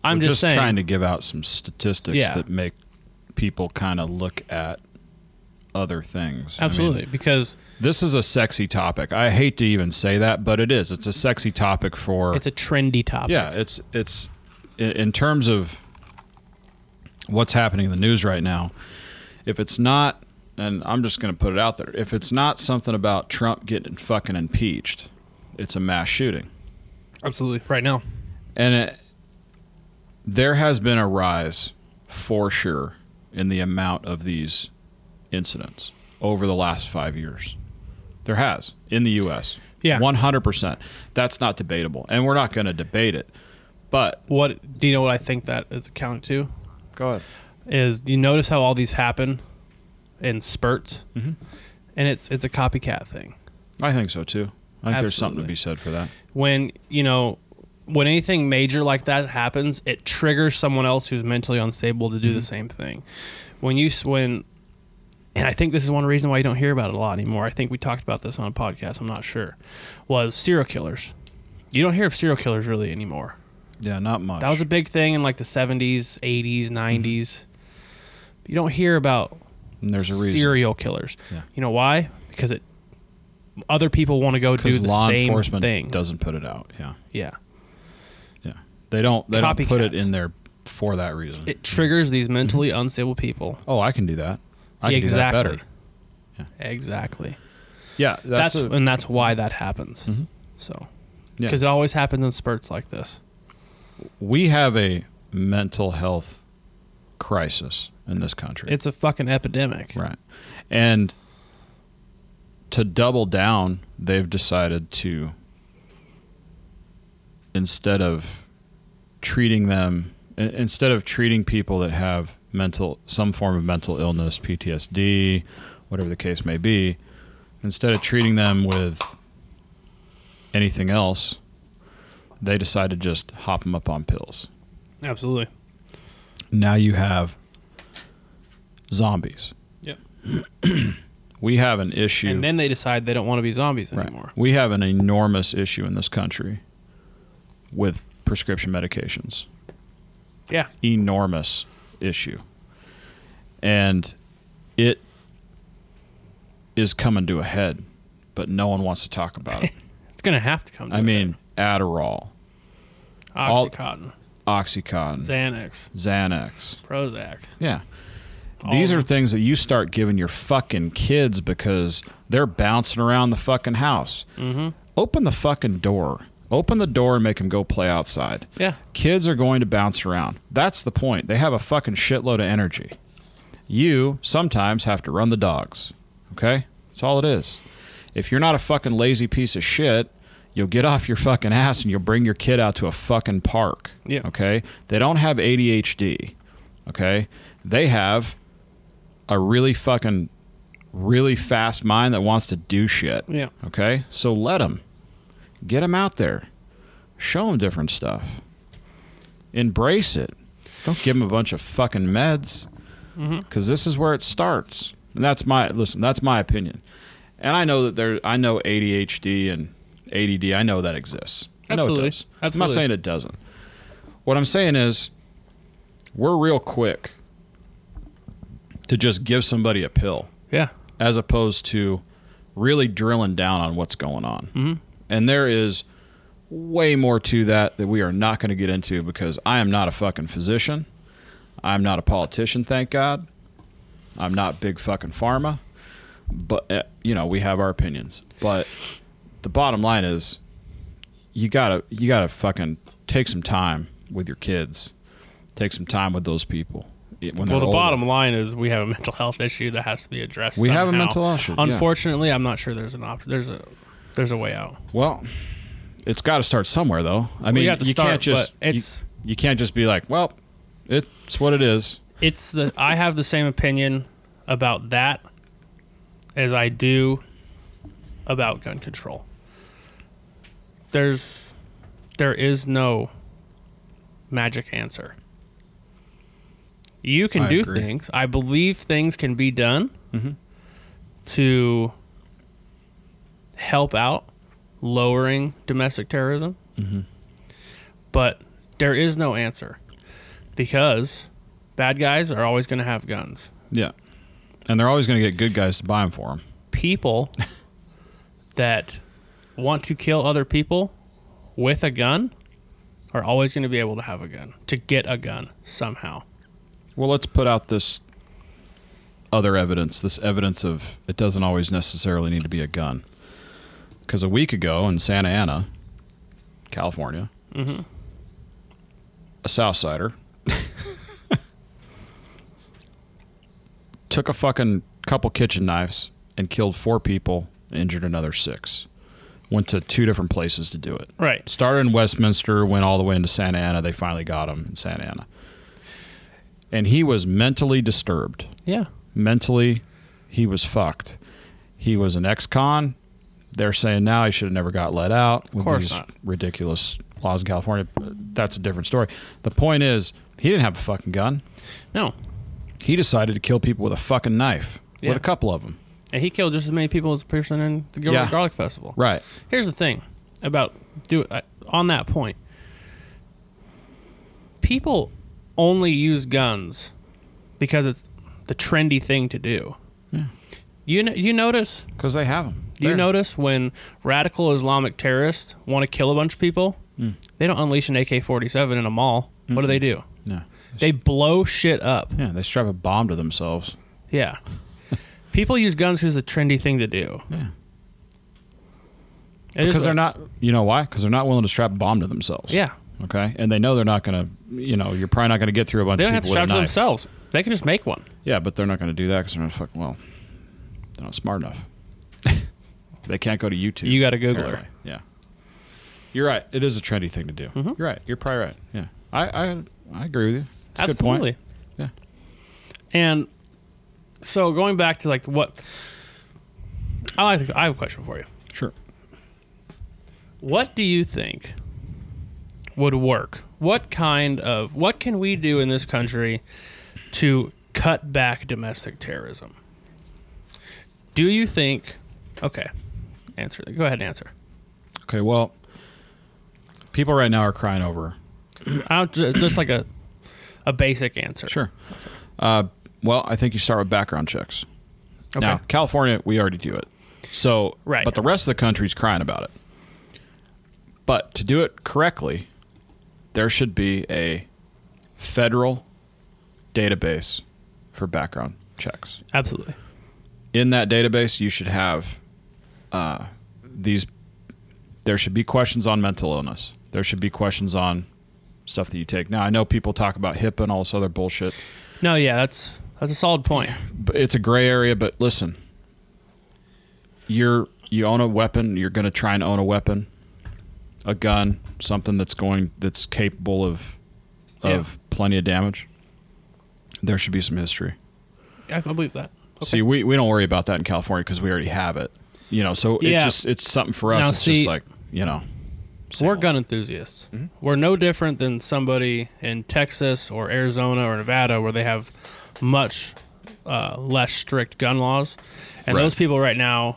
B: I'm
C: We're
B: just, saying
C: trying to give out some statistics
B: Yeah.
C: that make people kind of look at other things. I mean,
B: Absolutely because
C: this is a sexy topic. I hate to even say that, but it is. It's a sexy topic for
B: it's a trendy topic.
C: yeah. It's it's in, in terms of what's happening in the news right now. If it's not, and I'm just going to put it out there, if it's not something about Trump getting fucking impeached, it's a mass shooting.
B: Absolutely. Right now.
C: And it, there has been a rise for sure in the amount of these incidents over the last five years. There has in the U.S.
B: Yeah.
C: 100%. That's not debatable. And we're not going to debate it. But
B: What do you know what I think that is accounting to?
C: go ahead.
B: Is you notice how all these happen in spurts?
C: Mhm.
B: And it's it's a copycat thing.
C: I think so too. I think there's something
B: Absolutely.
C: to be said for that.
B: When, you know, when anything major like that happens, it triggers someone else who's mentally unstable to do
C: Mm-hmm.
B: the same thing. When you s- when and I think this is one reason why you don't hear about it a lot anymore. I think we talked about this on a podcast, I'm not sure. Was serial killers. You don't hear of serial killers really anymore.
C: Yeah, not much.
B: That was a big thing in like the 70s,
C: Mm-hmm.
B: 80s, 90s. You don't hear about
C: and there's a reason.
B: serial killers.
C: Yeah.
B: You know why? Because it other people want to go do
C: because
B: the
C: law
B: same
C: enforcement
B: thing.
C: doesn't put it out. Yeah,
B: yeah.
C: yeah. They don't. They don't put it
B: Copycats.
C: in there for that reason.
B: It triggers these mentally unstable people.
C: oh, I can do that. Mm-hmm. I
B: Yeah,
C: can do
B: exactly.
C: that better.
B: Exactly.
C: Yeah,
B: That's,
C: that's, a- Mm-hmm.
B: and that's why that happens. So
C: Yeah.
B: because it always happens in spurts like this.
C: we have a mental health crisis in this country.
B: It's a fucking epidemic.
C: right, and to double down, they've decided to instead of treating them in- instead of treating people that have mental some form of mental illness PTSD whatever the case may be instead of treating them with anything else they decide to just hop them up on pills
B: Absolutely.
C: now you have zombies.
B: Yep.
C: we have an issue.
B: And then they decide they don't want to be zombies
C: Right.
B: anymore.
C: We have an enormous issue in this country with prescription medications.
B: Yeah.
C: Enormous issue. And it is coming to a head, but no one wants to talk about it.
B: It's going to have to come to
C: I
B: it.
C: mean, Adderall, all-
B: Oxycontin,
C: Oxycontin,
B: Xanax,
C: Xanax.
B: Prozac.
C: Yeah.
B: All
C: These
B: of
C: are
B: them.
C: things that you start giving your fucking kids because they're bouncing around the fucking house.
B: Mhm.
C: Open the fucking door. Open the door and make them go play outside.
B: Yeah.
C: Kids are going to bounce around. That's the point. They have a fucking shitload of energy. You sometimes have to run the dogs. Okay? That's all it is. If you're not a fucking lazy piece of shit, you'll get off your fucking ass and you'll bring your kid out to a fucking park.
B: Yeah.
C: Okay? They don't have ADHD. Okay? They have a really fucking really fast mind that wants to do shit.
B: Yeah.
C: Okay? So let them. Get them out there. Show them different stuff. Embrace it. Don't give them a bunch of fucking meds. Because this is where it starts. And that's my, listen, that's my opinion. And I know that there, I know ADHD and ADD, I know that exists. I know
B: Absolutely.
C: it does. I'm
B: Absolutely.
C: not saying it doesn't. What I'm saying is, we're real quick to just give somebody a pill
B: Yeah.
C: as opposed to really drilling down on what's going on.
B: Mm-hmm.
C: And there is way more to that that we are not going to get into because I am not a fucking physician. I'm not a politician, thank God. I'm not big fucking pharma. But, uh, you know, we have our opinions. But the bottom line is you got to you got to fucking take some time with your kids. Take some time with those people. When they're
B: Well, the
C: older.
B: bottom line is we have a mental health issue that has to be addressed.
C: We have a
B: somehow.
C: mental health issue, yeah.
B: Unfortunately, I'm not sure there's an option. There's a there's a way out.
C: Well, it's got to start somewhere, though. I mean,
B: you have to
C: you
B: start,
C: can't just
B: but it's-
C: you, you can't just be like, well, it's what it is.
B: It's the I have the same opinion about that as I do about gun control. There's there is no magic answer. You can
C: I
B: do
C: agree. Mm-hmm.
B: things. I believe things can be done to help out lowering domestic terrorism.
C: Mm-hmm.
B: But there is no answer because bad guys are always going to have guns.
C: Yeah, and they're always going to get good guys to buy them for them.
B: People that want to kill other people with a gun are always going to be able to have a gun, to get a gun somehow.
C: Well, let's put out this other evidence. This evidence of it doesn't always necessarily need to be a gun. Because a week ago in Santa Ana, California, a Southsider took a fucking couple kitchen knives and killed four people, and injured another six. Went to two different places to do it.
B: Right.
C: Started in Westminster, went all the way into Santa Ana. They finally got him in Santa Ana. And he was mentally disturbed.
B: Yeah.
C: Mentally, he was fucked. He was an ex con. They're saying now he should have never got let out with
B: course
C: these
B: not.
C: ridiculous laws in California. That's a different story. The point is, he didn't have a fucking gun.
B: No.
C: He decided to kill people with a fucking knife,
B: Yeah.
C: with a couple of them.
B: And he killed just as many people as the person in the Gilbert
C: Yeah.
B: Garlic Festival.
C: Right.
B: Here's the thing about do I- on that point. People only use guns because it's the trendy thing to do. You know, you notice
C: Because they have them.
B: you notice when radical Islamic terrorists want to kill a bunch of people,
C: Mm.
B: they don't unleash an AK-47 in a mall. What do they do?
C: Yeah.
B: They blow shit up.
C: yeah, they strap a bomb to themselves.
B: Yeah. People use guns because it's the trendy thing to do.
C: Yeah.
B: It is
C: because they're
B: what-
C: not you know why because they're not willing to strap a bomb to themselves
B: Yeah.
C: okay and they know they're not gonna you know you're probably not gonna get through a bunch
B: They don't
C: of
B: have to
C: people with a
B: shout to
C: knife
B: themselves. They can just make one.
C: yeah but they're not gonna do that because they're not fucking well they're not smart enough they can't go to youtube
B: You gotta Google
C: apparently.
B: her.
C: yeah you're right it is a trendy thing to do
B: Mm-hmm.
C: you're right you're probably right yeah i i, I agree with you it's a
B: Absolutely.
C: good point yeah
B: And so going back to like what I like to, I have a question for you.
C: sure
B: What do you think would work what kind of what can we do in this country to cut back domestic terrorism? Do you think? Okay, answer. Go ahead and answer.
C: Okay, well, people right now are crying over.
B: I don't, ju- just like a a basic answer.
C: Sure. Uh, well, I think you start with background checks.
B: Okay.
C: Now, California, we already do it. So,
B: Right.
C: but the rest of the country's crying about it. But to do it correctly, there should be a federal database for background checks.
B: Absolutely.
C: In that database, you should have uh, these. There should be questions on mental illness. There should be questions on stuff that you take. Now, I know people talk about HIPAA and all this other bullshit.
B: No, yeah, that's that's a solid point.
C: but it's a gray area. But listen, you're you own a weapon. You're going to try and own a weapon, a gun, something that's going that's capable of of plenty of damage. There should be some history.
B: I can believe that. Okay.
C: See, we, we don't worry about that in California because we already have it. You know, so
B: Yeah.
C: it's just it's something for us.
B: Now,
C: it's
B: see-
C: just like you know, same
B: We're
C: old.
B: gun enthusiasts. We're no different than somebody in Texas or Arizona or Nevada where they have much uh, less strict gun laws. And
C: Right.
B: those people right now,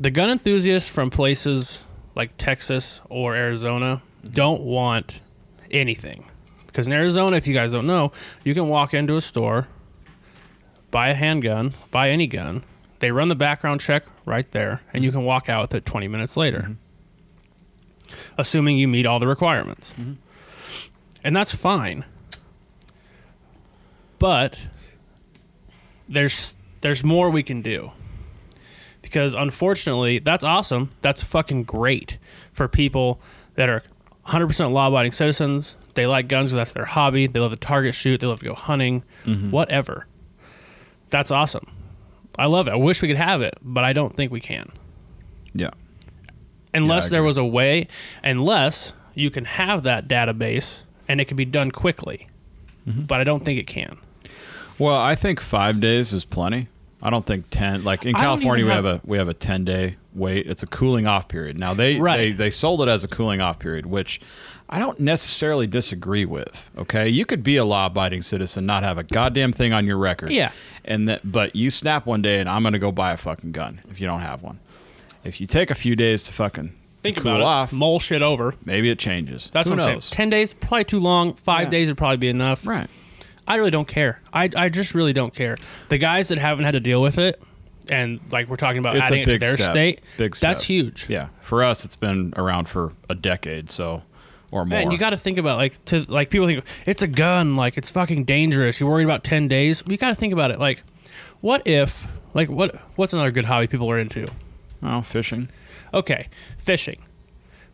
B: the gun enthusiasts from places like Texas or Arizona don't want anything. Because in Arizona, if you guys don't know, you can walk into a store, buy a handgun, buy any gun. They run the background check right there, and you can walk out with it 20 minutes later, assuming you meet all the requirements. And that's fine. But there's there's more we can do. Because unfortunately, that's awesome. That's fucking great for people that are 100% law-abiding citizens. They like guns 'cause that's their hobby. They love to target shoot. They love to go hunting,
C: Mm-hmm.
B: whatever. That's awesome. I love it. I wish we could have it, but I don't think we can.
C: Yeah,
B: Unless
C: Yeah, I
B: there
C: agree.
B: was a way, unless you can have that database and it can be done quickly.
C: Mm-hmm.
B: But I don't think it can.
C: Well, I think five days is plenty. I don't think ten. Like in
B: I don't
C: California, we
B: even
C: have,
B: have-
C: a we have a ten day wait. It's a cooling off period. Now they,
B: Right.
C: they they sold it as a cooling off period, which I don't necessarily disagree with. Okay, you could be a law abiding citizen, not have a goddamn thing on your record.
B: Yeah.
C: and that but you snap one day, and I'm gonna go buy a fucking gun if you don't have one. If you take a few days to fucking
B: Think
C: to cool
B: about
C: off,
B: it. Mull shit over.
C: maybe it changes.
B: That's
C: Who
B: what I'm
C: knows?
B: saying. Ten days, probably too long. Five
C: Yeah.
B: days would probably be enough.
C: Right.
B: I really don't care. I, I just really don't care. The guys that haven't had to deal with it, and like we're talking about
C: It's a
B: adding it to
C: big
B: their
C: step.
B: state,
C: Big
B: that's
C: step.
B: huge.
C: Yeah. For us, it's been around for a decade, so or more.
B: Man, you got to think about like to like people think it's a gun, like it's fucking dangerous. You're worried about ten days. You got to think about it. Like, what if like what what's another good hobby people are into?
C: oh fishing.
B: Okay, fishing.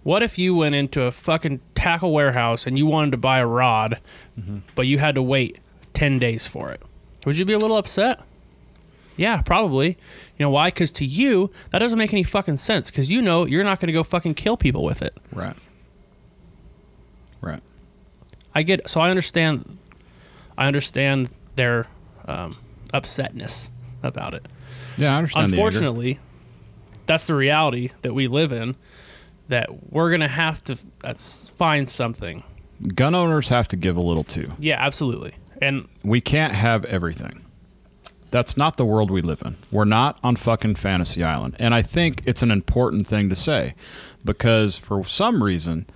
B: What if you went into a fucking tackle warehouse and you wanted to buy a rod, but you had to wait 10 days for it? Would you be a little upset? Yeah, probably. You know why? Because to you, that doesn't make any fucking sense because you know you're not going to go fucking kill people with it.
C: Right. Right.
B: I get so I understand I understand their um, upsetness about it.
C: Yeah, I understand.
B: unfortunately that's the reality that we live in that we're gonna have to uh, s- find something
C: gun owners have to give a little too.
B: yeah absolutely and
C: We can't have everything. That's not the world we live in. We're not on fucking fantasy island. And I think it's an important thing to say because for some reason,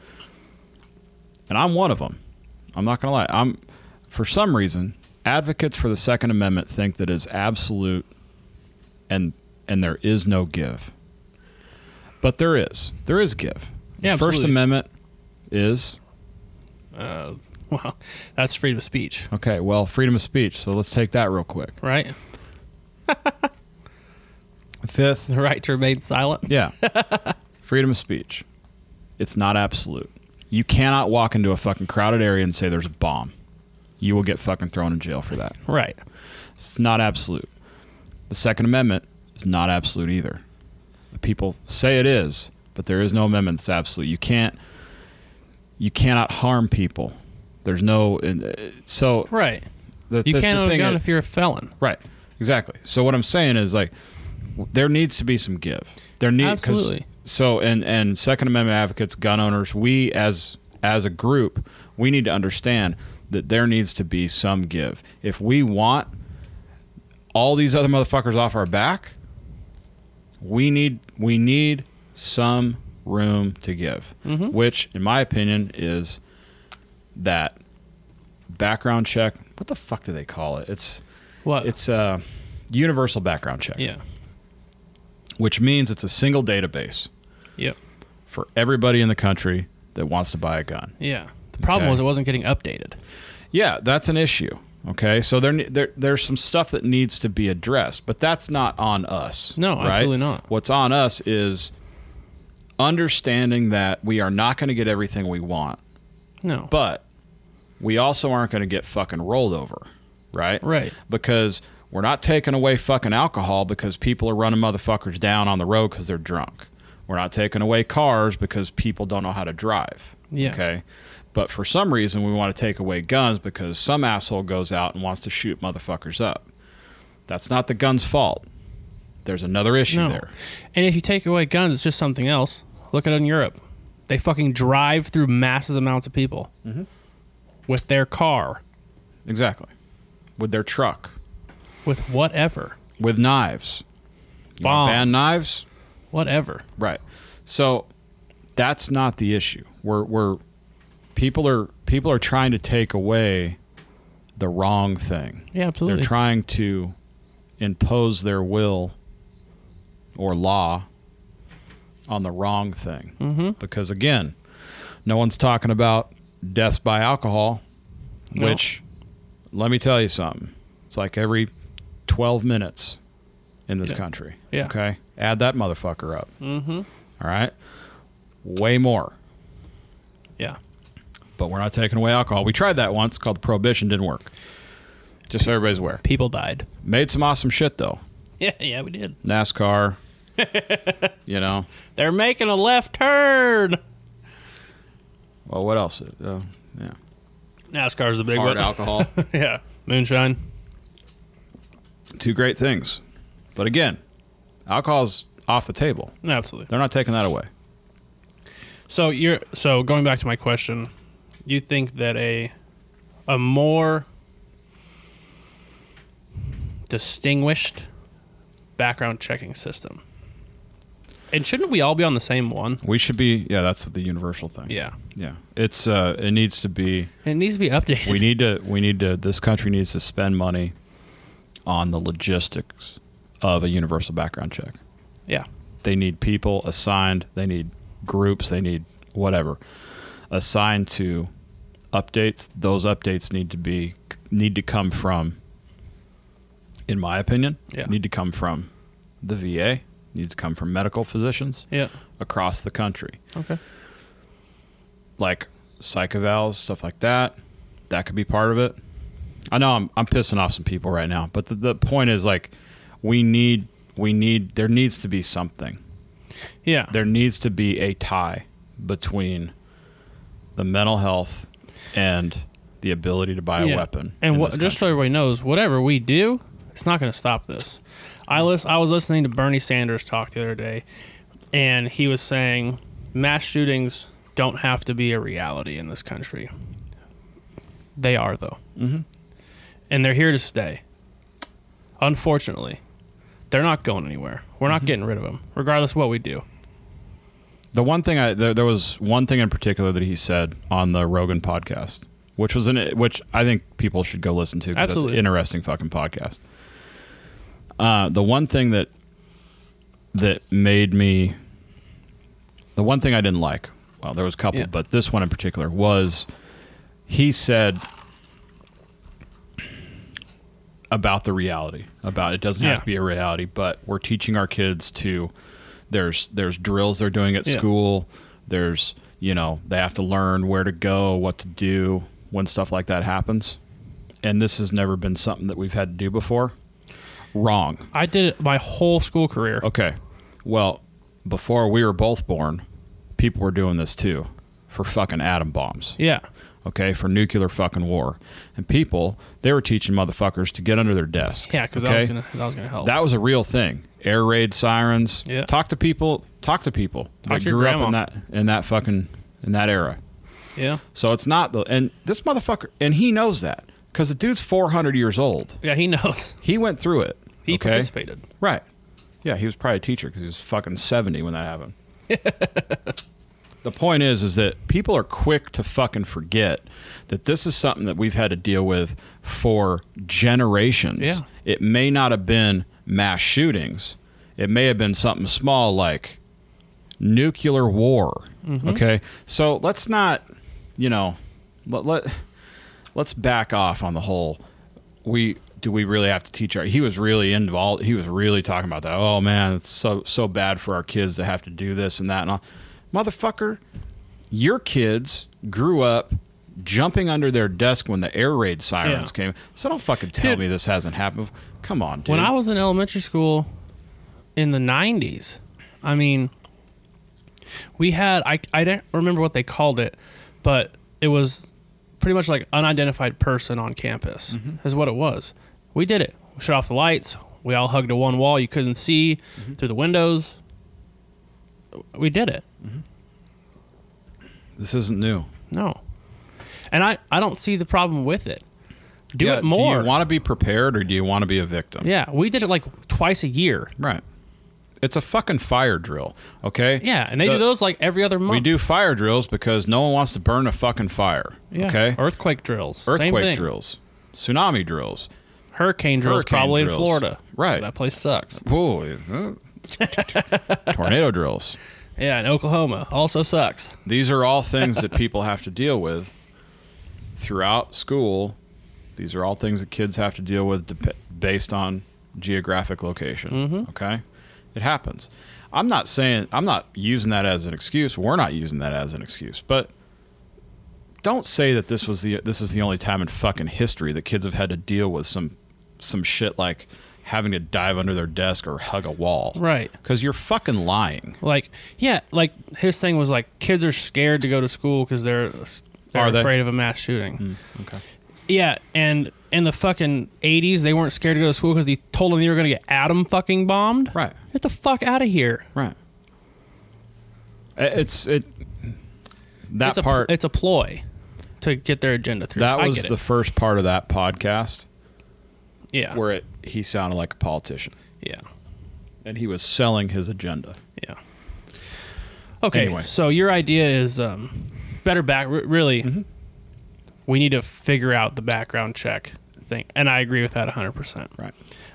C: and I'm one of them. I'm not going to lie. I'm for some reason advocates for the second amendment think that is absolute and and there is no give. But there is. There is give.
B: Yeah,
C: the first
B: absolutely.
C: amendment is
B: uh, well that's freedom of speech
C: okay, well, freedom of speech. So let's take that real quick.
B: right
C: Fifth
B: the right to remain silent
C: Yeah. Freedom of speech. It's not absolute. You cannot walk into a fucking crowded area and say there's a bomb. You will get fucking thrown in jail for that.
B: right
C: It's not absolute. The Second Amendment is not absolute either. The people say it is, but there is no amendment that's absolute. You can't you cannot harm people. There's no and, uh, so
B: right
C: the,
B: you
C: the-
B: can't
C: the
B: own a
C: thing
B: gun
C: is-
B: if you're a felon
C: Right. Exactly. So what I'm saying is like w- there needs to be some give. There needs
B: Absolutely.
C: So and and Second Amendment advocates, gun owners, we as as a group, we need to understand that there needs to be some give. If we want all these other motherfuckers off our back, we need we need some room to give, which, in my opinion, is that background check. What the fuck do they call it? It's
B: What?
C: it's a universal background check,
B: yeah.
C: which means it's a single database
B: Yep.
C: for everybody in the country that wants to buy a gun.
B: Yeah. The problem
C: Okay.
B: was it wasn't getting updated.
C: Yeah, that's an issue. Okay, so there, there there's some stuff that needs to be addressed, but that's not on us.
B: No,
C: right?
B: absolutely not.
C: What's on us is understanding that we are not going to get everything we want,
B: No.
C: but we also aren't going to get fucking rolled over, right?
B: Right.
C: Because we're not taking away fucking alcohol because people are running motherfuckers down on the road because they're drunk. We're not taking away cars because people don't know how to drive.
B: Yeah.
C: Okay. But for some reason, we want to take away guns because some asshole goes out and wants to shoot motherfuckers up. That's not the gun's fault. There's another issue
B: no.
C: there.
B: And if you take away guns, it's just something else. Look at it in Europe. They fucking drive through massive amounts of people
C: Mm-hmm.
B: with their car,
C: Exactly. With their truck,
B: with whatever,
C: with knives. You wanna
B: Bombs.
C: Ban knives?
B: whatever.
C: Right. So that's not the issue. We're we're people are people are trying to take away the wrong thing.
B: Yeah, absolutely.
C: They're trying to impose their will or law on the wrong thing. Mm-hmm. Because again, no one's talking about deaths by alcohol,
B: No.
C: which let me tell you something. It's like every 12 minutes in this
B: Yeah.
C: country.
B: Yeah.
C: Okay. Add that motherfucker up. Mm-hmm. right. Way more.
B: yeah.
C: But we're not taking away alcohol. We tried that once called the prohibition, didn't work. Just so everybody's aware.
B: People died.
C: Made some awesome shit though.
B: Yeah, yeah, we did.
C: NASCAR. you know.
B: They're making a left turn.
C: Well, what else? Uh, yeah.
B: NASCAR's the big
C: Hard
B: one.
C: alcohol.
B: yeah. Moonshine.
C: Two great things. But again, alcohol's off the table.
B: Absolutely.
C: They're not taking that away.
B: So you're so going back to my question, you think that a a more distinguished background checking system. And shouldn't we all be on the same one?
C: We should be yeah, that's the universal thing.
B: Yeah.
C: Yeah. It's uh it needs to be
B: It needs to be updated.
C: we need to we need to this country needs to spend money on the logistics of a universal background check.
B: yeah.
C: They need people assigned, they need groups, they need whatever assigned to updates. Those updates need to be need to come from in my opinion,
B: Yeah.
C: need to come from the VA, needs to come from medical physicians
B: Yeah.
C: across the country
B: Okay.
C: like psych evals, stuff like that. That could be part of it. I know I'm I'm pissing off some people right now, but the, the point is like we need we need there needs to be something.
B: Yeah.
C: There needs to be a tie between the mental health and the ability to buy
B: Yeah.
C: a weapon.
B: And
C: in
B: what,
C: this
B: just so
C: country.
B: everybody knows, whatever we do, it's not going to stop this. I lis- I was listening to Bernie Sanders talk the other day, and he was saying mass shootings don't have to be a reality in this country. They are though, mm-hmm. and they're here to stay. Unfortunately, they're not going anywhere. We're
C: Mm-hmm.
B: not getting rid of them, regardless of what we do.
C: the one thing I there, there was one thing in particular that he said on the Rogan podcast, which was an which I think people should go listen to because it's an
B: Absolutely.
C: interesting fucking podcast. Uh, the one thing that that made me the one thing I didn't like, well, there was a couple,
B: Yeah.
C: but this one in particular was he said about the reality about it doesn't
B: Yeah.
C: have to be a reality but we're teaching our kids to there's there's drills they're doing at
B: Yeah.
C: school there's you know they have to learn where to go what to do when stuff like that happens and this has never been something that we've had to do before wrong
B: I did it my whole school career.
C: okay well before we were both born people were doing this too for fucking atom bombs
B: Yeah,
C: okay, for nuclear fucking war. And people, they were teaching motherfuckers to get under their desk.
B: yeah, because
C: okay?
B: that was gonna that was gonna help.
C: Oh. That was a real thing. Air raid sirens.
B: Yeah.
C: Talk to people. Talk to people.
B: Talk
C: that
B: to your
C: grew up
B: grandma.
C: in that in that fucking in that era.
B: Yeah.
C: So it's not the and this motherfucker and he knows that because the dude's 400 years old.
B: Yeah, he knows.
C: He went through it.
B: He
C: okay?
B: participated.
C: Right. Yeah, he was probably a teacher because he was fucking 70 when that happened. the point is, is that people are quick to fucking forget that this is something that we've had to deal with for generations.
B: Yeah.
C: It may not have been mass shootings. It may have been something small like nuclear war. Okay. So let's not, you know, let, let let's back off on the whole we do we really have to teach our he was really involved he was really talking about that oh man it's so so bad for our kids to have to do this and that and all motherfucker your kids grew up jumping under their desk when the air raid sirens
B: Yeah.
C: came so don't fucking tell
B: Dude.
C: me this hasn't happened before. come on dude
B: When I was in elementary school in the 90s, I mean, we had, I, I don't remember what they called it, but it was pretty much like unidentified person on campus,
C: Mm-hmm.
B: is what it was. We did it. We shut off the lights. We all hugged to one wall you couldn't see
C: Mm-hmm.
B: through the windows. We did it.
C: this isn't new
B: No. And I, I don't see the problem with it. Do
C: Yeah,
B: it more.
C: do you want to be prepared or do you want to be a victim
B: yeah, we did it like twice a year.
C: right it's a fucking fire drill okay
B: Yeah, and they
C: The-
B: do those like every other month.
C: we do fire drills because no one wants to burn a fucking fire
B: Yeah.
C: okay
B: Earthquake drills. Same
C: earthquake
B: thing.
C: drills, tsunami drills.
B: Hurricane drills
C: Hurricane
B: probably
C: drills.
B: in Florida.
C: Right.
B: That place sucks.
C: Ooh, eh, tornado drills.
B: Yeah, in Oklahoma. Also sucks.
C: These are all things that people have to deal with throughout school. These are all things that kids have to deal with dep- based on geographic location. Okay, it happens. I'm not saying I'm not using that as an excuse. We're not using that as an excuse, but don't say that this was the this is the only time in fucking history that kids have had to deal with some some shit like having to dive under their desk or hug a wall.
B: Right.
C: Because you're fucking lying.
B: Like, yeah, like his thing was like kids are scared to go to school because they're, they're
C: Are they? Hmm.
B: afraid of a mass shooting.
C: Okay.
B: Yeah, and in the fucking 80s, they weren't scared to go to school because he told them they were going to get atom fucking bombed.
C: Right.
B: Get the fuck out of here.
C: Right. I- It's it that
B: it's a,
C: part
B: It's a ploy to get their agenda through.
C: that
B: I
C: was
B: get it.
C: the first part of that podcast
B: yeah.
C: where it he sounded like a politician
B: Yeah.
C: and he was selling his agenda.
B: Yeah. Okay.
C: Anyway.
B: So your idea is um, better back. r- really, we need to figure out the background check thing, and I agree with that 100. percent
C: Right.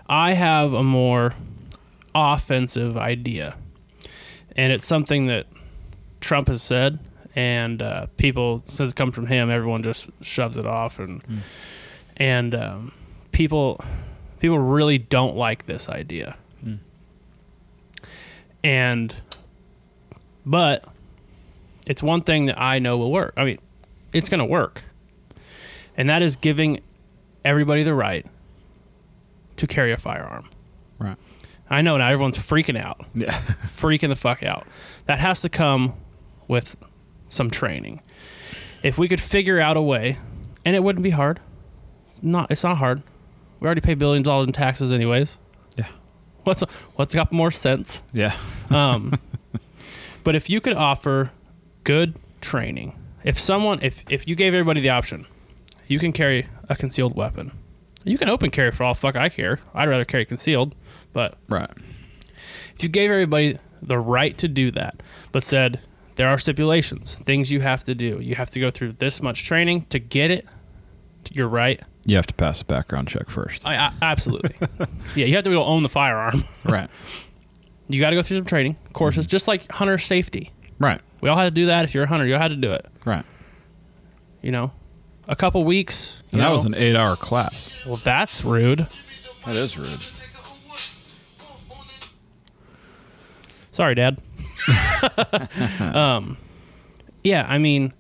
B: I have a more offensive idea, and it's something that Trump has said, and uh, people since it comes from him, everyone just shoves it off, and and um, people people really don't like this idea, and but it's one thing that I know will work. I mean, it's going to work, and that is giving everybody the right to carry a firearm.
C: Right.
B: I know now everyone's freaking out,
C: Yeah.
B: freaking the fuck out. That has to come with some training. If we could figure out a way, and it wouldn't be hard. It's not it's not hard. We already pay billions dollars in taxes anyways.
C: Yeah.
B: What's what's got more sense?
C: Yeah.
B: Um, but if you could offer good training, if someone, if if you gave everybody the option, you can carry a concealed weapon. You can open carry for all fuck I care. I'd rather carry concealed, but
C: Right.
B: if you gave everybody the right to do that, but said there are stipulations, things you have to do. You have to go through this much training to get it. You're right.
C: You have to pass a background check first.
B: I, I absolutely. yeah, you have to be able to own the firearm.
C: right.
B: You got to go through some training courses, just like hunter safety.
C: Right.
B: We all had to do that. If you're a hunter, you all had to do it.
C: Right.
B: You know, a couple weeks.
C: And
B: you
C: that
B: know.
C: was an 8-hour class.
B: Well, that's rude.
C: That is rude.
B: Sorry, Dad. um, yeah, I mean,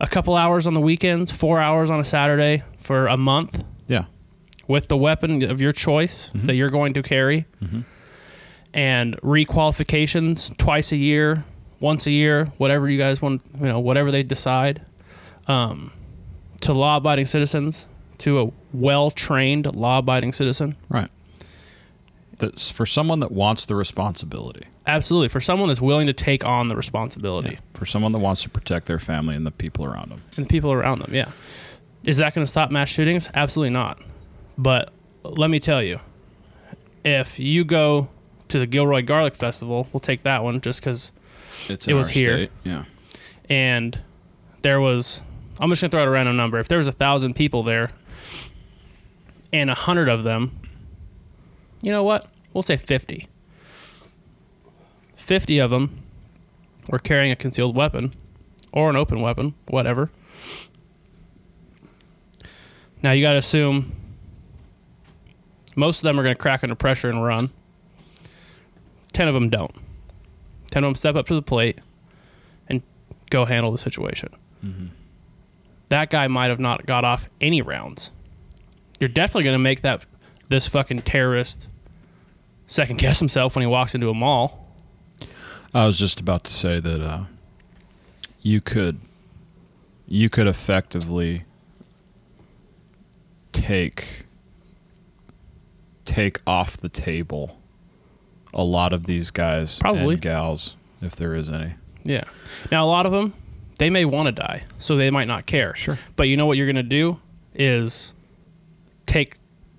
B: a couple hours on the weekends, four hours on a Saturday for a month
C: Yeah.
B: with the weapon of your choice that you're going to carry, and requalifications twice a year, once a year, whatever you guys want, you know, whatever they decide, um, to law-abiding citizens, to a well-trained law-abiding citizen.
C: Right. That's for someone that wants the responsibility.
B: Absolutely. For someone that's willing to take on the responsibility
C: for someone that wants to protect their family and the people around them.
B: and the people around them, yeah. Is that going to stop mass shootings? Absolutely not. But let me tell you, if you go to the Gilroy Garlic Festival, we'll take that one just because
C: It's
B: It was here.
C: Yeah.
B: and there was I'm just gonna throw out a random number. If there was a thousand people there, and a hundred of them, you know what? We'll say fifty. Fifty of them were carrying a concealed weapon or an open weapon, whatever. Now you gotta assume most of them are gonna crack under pressure and run. Ten of them don't. Ten of them step up to the plate go handle the situation. Mm-hmm. That guy might have not got off any rounds. You're definitely going to make that this fucking terrorist second guess himself when he walks into a mall.
C: I was just about to say that uh, you could you could effectively take take off the table a lot of these guys
B: Probably.
C: and gals if there is any.
B: Yeah. Now a lot of them, they may want to die, so they might not care.
C: Sure.
B: But you know what you're going to do is take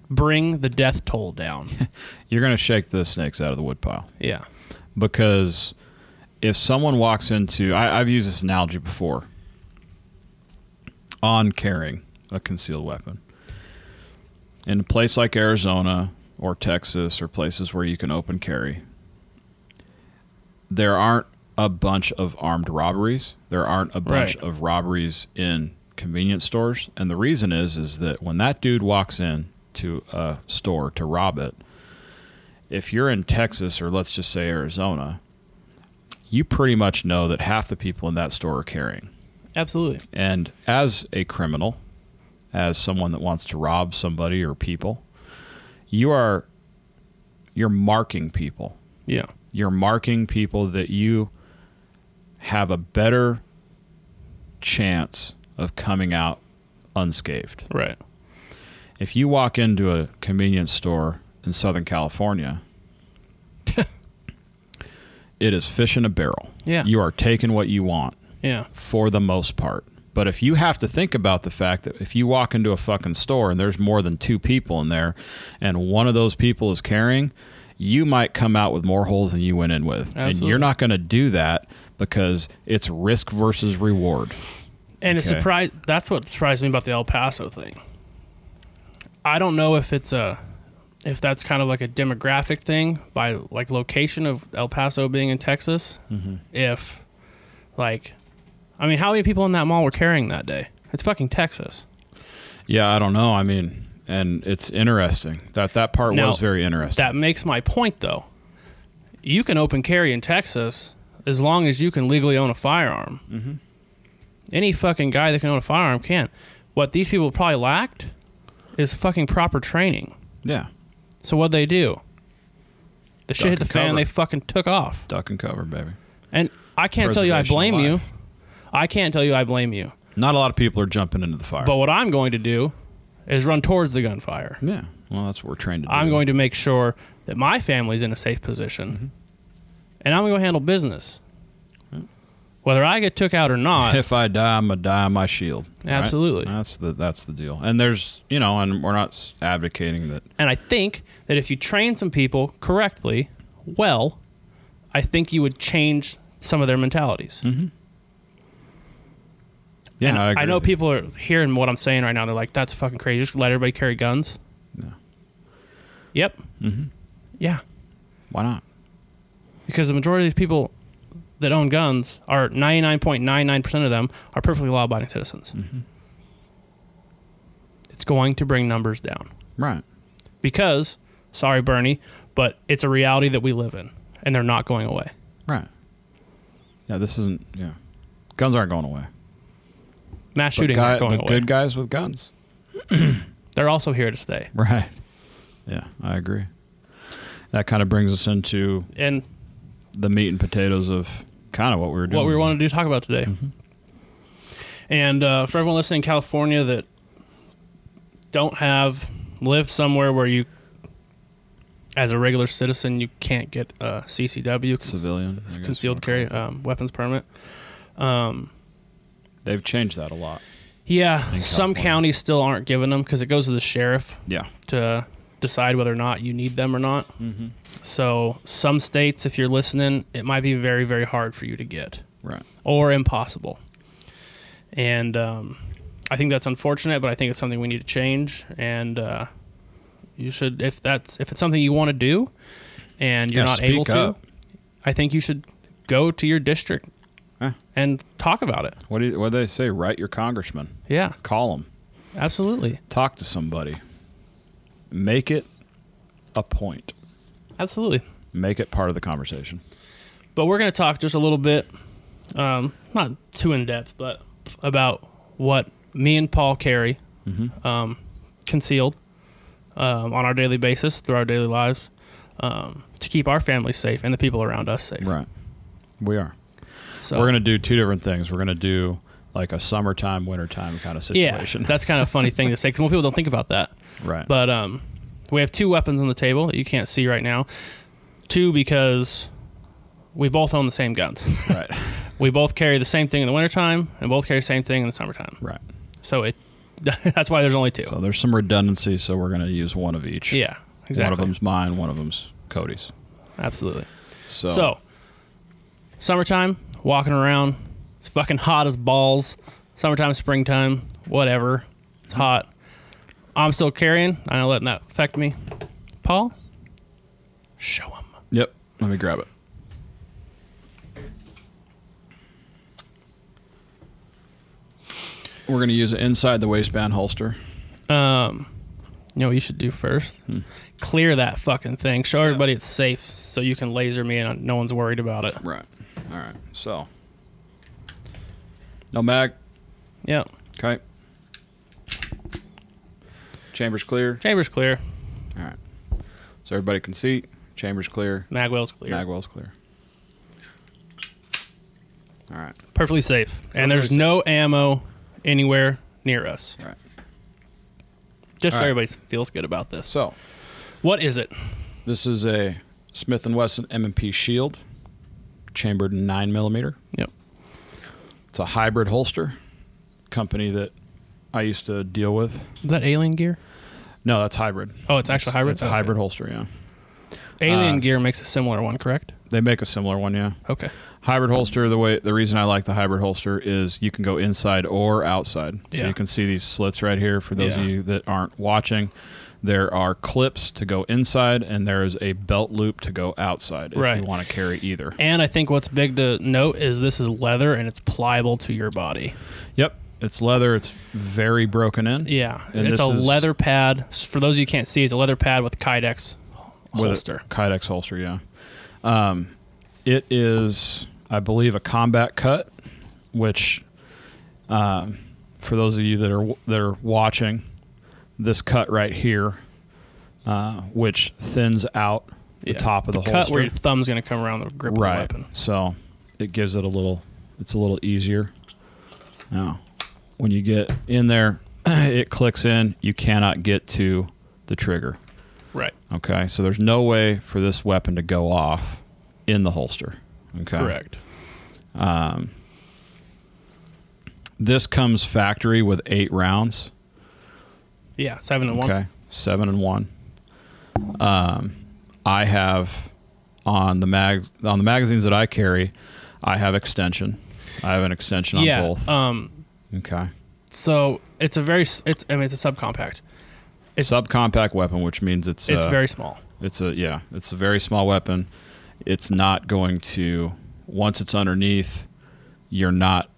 B: bring the death toll down.
C: You're going to shake the snakes out of the woodpile.
B: yeah.
C: because if someone walks into I, I've used this analogy before on carrying a concealed weapon in a place like Arizona or Texas or places where you can open carry there aren't a bunch of armed robberies there aren't a bunch
B: Right.
C: of robberies in convenience stores and the reason is is that when that dude walks in to a store to rob it if you're in Texas or let's just say Arizona, you pretty much know that half the people in that store are carrying.
B: Absolutely.
C: And as a criminal, as someone that wants to rob somebody or people, you are you're marking people.
B: Yeah.
C: You're marking people that you have a better chance of coming out unscathed
B: Right.
C: if you walk into a convenience store in Southern California, it is fish in a barrel.
B: Yeah.
C: You are taking what you want
B: Yeah.
C: for the most part. But if you have to think about the fact that if you walk into a fucking store and there's more than two people in there and one of those people is carrying, you might come out with more holes than you went in with. And
B: Absolutely.
C: you're not going to do that because it's risk versus reward.
B: And it
C: Okay.
B: surprised. That's what surprised me about the El Paso thing. I don't know if it's a, if that's kind of like a demographic thing by like location of El Paso being in Texas. If, like, I mean, how many people in that mall were carrying that day? It's fucking Texas.
C: Yeah, I don't know. I mean, and it's interesting that that part
B: Now,
C: was very interesting.
B: That makes my point though. You can open carry in Texas as long as you can legally own a firearm. Mm-hmm. Any fucking guy that can own a firearm can. What these people probably lacked is fucking proper training.
C: yeah.
B: So what'd they do? The shit
C: Duck
B: hit the
C: and
B: fan.
C: cover.
B: They fucking took off.
C: Duck and cover, baby.
B: And I can't tell you I
C: Preservation
B: blame
C: of
B: you.
C: life.
B: I can't tell you I blame you.
C: Not a lot of people are jumping into the fire.
B: But what I'm going to do is run towards the gunfire.
C: yeah, well, that's what we're trying to do.
B: I'm going to make sure that my family's in a safe position,
C: Mm-hmm.
B: and I'm going to go handle business, whether I get took out or not.
C: If I die, I'm gonna die on my shield. right?
B: Absolutely.
C: That's the that's the deal. And there's you know, and we're not s- advocating that.
B: and I think that if you train some people correctly, well, I think you would change some of their mentalities.
C: Yeah,
B: And
C: Mm-hmm. I, agree
B: know
C: with you.
B: people are hearing what I'm saying right now. They're like, "That's fucking crazy. Just let everybody carry guns."
C: No.
B: Yep. Mm-hmm. Yeah,
C: Why not?
B: because the majority of these people that own guns are 99.99% of them are perfectly law-abiding citizens.
C: Mm-hmm.
B: It's going to bring numbers down
C: Right.
B: because, sorry, Bernie, but it's a reality that we live in, and they're not going away.
C: Right. Yeah, this isn't. Yeah, guns aren't going away.
B: Mass
C: But
B: shootings
C: guy-
B: aren't going
C: but
B: away.
C: good guys with guns.
B: They're also here to stay.
C: Right. Yeah, I agree. That kind of brings us into
B: And
C: the meat and potatoes of kind of what we were doing.
B: what we wanted to talk about today.
C: Mm-hmm.
B: And uh, for everyone listening in California that don't have live somewhere where you as a regular citizen, you can't get a CCW,
C: Civilian I guess you
B: concealed
C: wanna call
B: carry
C: it.
B: um, weapons permit. Um,
C: They've changed that a lot.
B: yeah,
C: In
B: some
C: California.
B: counties still aren't giving them because it goes to the sheriff
C: Yeah.
B: to decide whether or not you need them or not.
C: Mm-hmm.
B: So some states, if you're listening, it might be very very hard for you to get
C: Right.
B: or impossible. And um, I think that's unfortunate, but I think it's something we need to change. And uh, you should, if that's if it's something you want to do, and you're
C: Yeah,
B: not
C: speak
B: able
C: up.
B: to, I think you should go to your district
C: Huh.
B: and talk about it.
C: What do you, what do they say? Write your congressman.
B: Yeah,
C: Call them.
B: absolutely,
C: Talk to somebody. Make it a point.
B: absolutely.
C: Make it part of the conversation.
B: But we're going to talk just a little bit, um, not too in depth, but about what me and Paul carry
C: Mm-hmm.
B: um, concealed um, on our daily basis through our daily lives um, to keep our family safe and the people around us safe.
C: Right. We are.
B: So
C: We're gonna do two different things. We're gonna do like a summertime, wintertime kind of
B: yeah,
C: situation.
B: that's kind of a funny thing to say because most people don't think about that.
C: right.
B: But um, we have two weapons on the table that you can't see right now. Two because we both own the same guns.
C: right.
B: we both carry the same thing in the wintertime and both carry the same thing in the summertime.
C: Right.
B: So it that's why there's only two.
C: So there's some redundancy, so we're gonna use one of each.
B: yeah, exactly.
C: One of them's mine. One of them's Cody's.
B: Absolutely.
C: So,
B: So, summertime, walking around, it's fucking hot as balls. Summertime, springtime, whatever. It's hot. I'm still carrying. I'm not letting that affect me. Paul, show him.
C: yep. Let me grab it. We're gonna use it inside the waistband holster.
B: Um, you know what you should do first?
C: Hmm.
B: Clear that fucking thing. Show everybody it's safe so you can laser me and no one's worried about it.
C: Right. All right. So, no mag.
B: Yep.
C: Okay. Chambers clear.
B: Chamber's clear.
C: All right. So everybody can see. Chambers clear.
B: Magwell's clear.
C: Magwell's clear. All right.
B: Perfectly safe. and there's
C: Perfectly safe.
B: no ammo anywhere near us.
C: All right.
B: Just so
C: All right.
B: everybody feels good about this.
C: So
B: What is it?
C: this is a Smith and Wesson M&P Shield, chambered in nine millimeter.
B: Yep.
C: It's a hybrid holster, company that I used to deal with.
B: Is that alien gear?
C: No, that's hybrid.
B: Oh, it's actually hybrid?
C: It's a
B: Okay.
C: hybrid holster. Yeah,
B: Alien
C: Uh,
B: gear makes a similar one, correct?
C: they make a similar one. Yeah.
B: Okay.
C: Hybrid holster. The way the reason I like the hybrid holster is you can go inside or outside, so
B: Yeah.
C: you can see these slits right here. For those of
B: Yeah.
C: you that aren't watching, there are clips to go inside, and there is a belt loop to go outside if
B: Right.
C: you want to carry either.
B: And I think what's big to note is this is leather and it's pliable to your body.
C: Yep, it's leather. It's very broken in
B: Yeah.
C: And
B: it's
C: this
B: a
C: is-
B: leather pad. S- For those of you who can't see, it's a leather pad with Kydex
C: with
B: holster.
C: a Kydex holster. Yeah, um, it is, I believe, a combat cut, which, um, for those of you that are that are watching, this cut right here, uh, which thins out the
B: Yeah,
C: top of the,
B: cut
C: holster,
B: where your thumb's going to come around the grip
C: right?
B: of the weapon.
C: So it gives it a little, it's a little easier. Now, when you get in there, it clicks in. You cannot get to the trigger.
B: Right.
C: Okay, so there's no way for this weapon to go off in the holster. Okay,
B: Correct.
C: This comes factory with eight rounds.
B: Yeah. Seven and one.
C: Okay, seven and one. Um, I have on the mag on the magazines that I carry, I have extension. I have an extension on
B: yeah.
C: both.
B: Um,
C: okay,
B: So it's a very s- it's I mean it's a subcompact. it's-
C: subcompact weapon, which means it's
B: It's
C: uh,
B: very small.
C: It's a yeah. It's a very small weapon. It's not going to once it's underneath. You're not.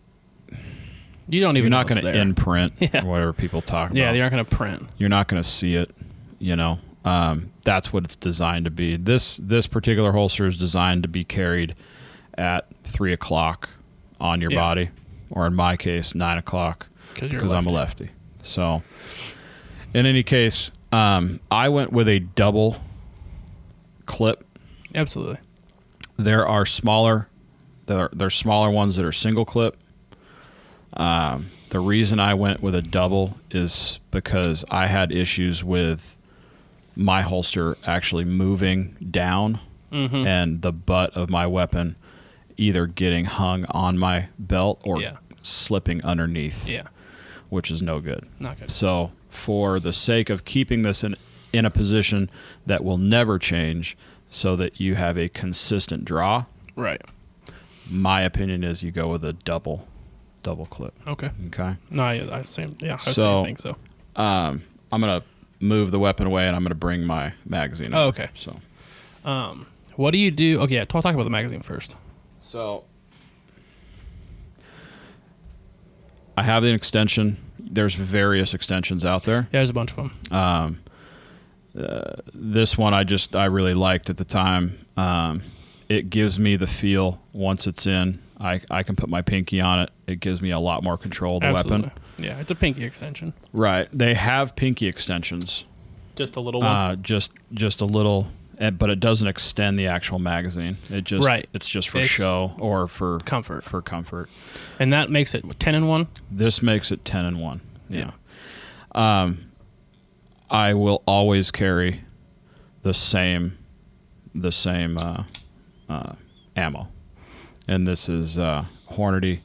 B: You don't even
C: You're not
B: know it's
C: going to
B: there.
C: imprint
B: Yeah.
C: or whatever people talk
B: Yeah,
C: about.
B: you're not going to print.
C: You're not going to see it. You know. Um, that's what it's designed to be. This this particular holster is designed to be carried at three o'clock on your
B: Yeah.
C: body, or in my case, nine o'clock
B: Because
C: because I'm a lefty. So, in any case, um, I went with a double clip
B: Absolutely.
C: there are smaller there are, there are smaller ones that are single clip um, the reason i went with a double is because i had issues with my holster actually moving down
B: Mm-hmm.
C: and the butt of my weapon either getting hung on my belt or
B: Yeah.
C: slipping underneath,
B: Yeah.
C: which is no good.
B: Not good.
C: So, for the sake of keeping this in, in a position that will never change, so that you have a consistent draw,
B: Right.
C: my opinion is you go with a double, double clip.
B: Okay.
C: Okay.
B: No, I, I same. Yeah, I
C: So-
B: same thing. So
C: I'm gonna move the weapon away, and I'm gonna bring my magazine.
B: Oh,
C: up.
B: okay.
C: So,
B: what do you do? Okay, yeah. I'll talk about the magazine first.
C: so I have an extension. There's various extensions out there.
B: Yeah, there's a bunch of them.
C: This one I just I really liked at the time. Um, it gives me the feel once it's in. I, I can put my pinky on it. It gives me a lot more control of the
B: Absolutely.
C: weapon.
B: Yeah, it's a pinky extension.
C: Right. They have pinky extensions.
B: Just a little one.
C: Uh, just just a little, eh, but it doesn't extend the actual magazine. It just
B: Right.
C: It's just for
B: It's-
C: show or for
B: Comfort.
C: For comfort,
B: and that makes it ten in one.
C: this makes it ten and one. Yeah. Um, I will always carry the same the same uh, uh, ammo, and this is uh, Hornady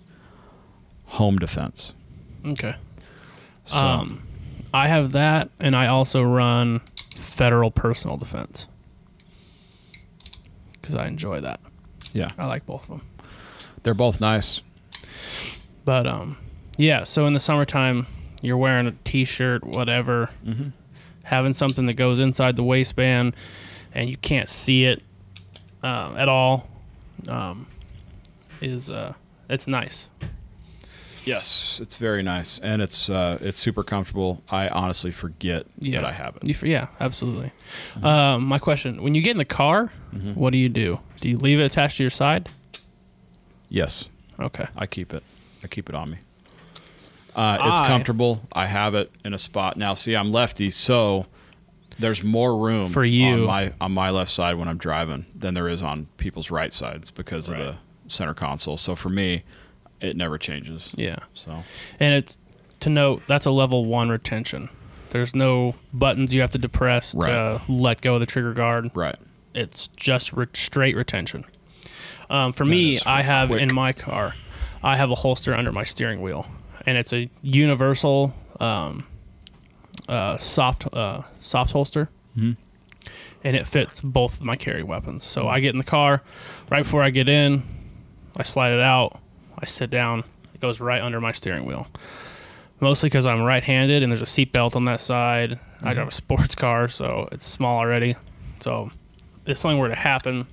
C: home defense.
B: Okay.
C: So,
B: Um, I have that, and I also run federal personal defense because I enjoy that.
C: yeah,
B: I like both of them.
C: they're both nice.
B: But um, yeah. So in the summertime, you're wearing a t-shirt, whatever,
C: Mm-hmm.
B: having something that goes inside the waistband, and you can't see it um, at all. Um, is uh, it's nice.
C: Yes, it's very nice, and it's uh, it's super comfortable. I honestly forget that I Mm-hmm. have it.
B: You, f- yeah, absolutely. Um, my question: When you get in the car,
C: Mm-hmm.
B: what do you do? Do you leave it attached to your side?
C: Yes,
B: Okay.
C: I keep it. I keep it on me. Uh, it's
B: I-
C: comfortable. I have it in a spot now. See, I'm lefty, so there's more room
B: For you.
C: on my on my left side when I'm driving than there is on people's right sides because
B: Right.
C: of the center console. So for me, it never changes.
B: Yeah,
C: So
B: and it's to note that's a level one retention. There's no buttons you have to depress
C: Right.
B: to let go of the trigger guard.
C: right,
B: It's just re- straight retention. Um, for me,
C: is
B: I have
C: quick.
B: in my car, I have a holster under my steering wheel, and it's a universal um, uh, soft uh, soft holster, and it fits both of my carry weapons. So I get in the car, right before I get in, I slide it out, I sit down, it goes right under my steering wheel. Mostly because I'm right-handed and there's a seatbelt on that side. I drive a sports car, so it's small already. So if something were to happen,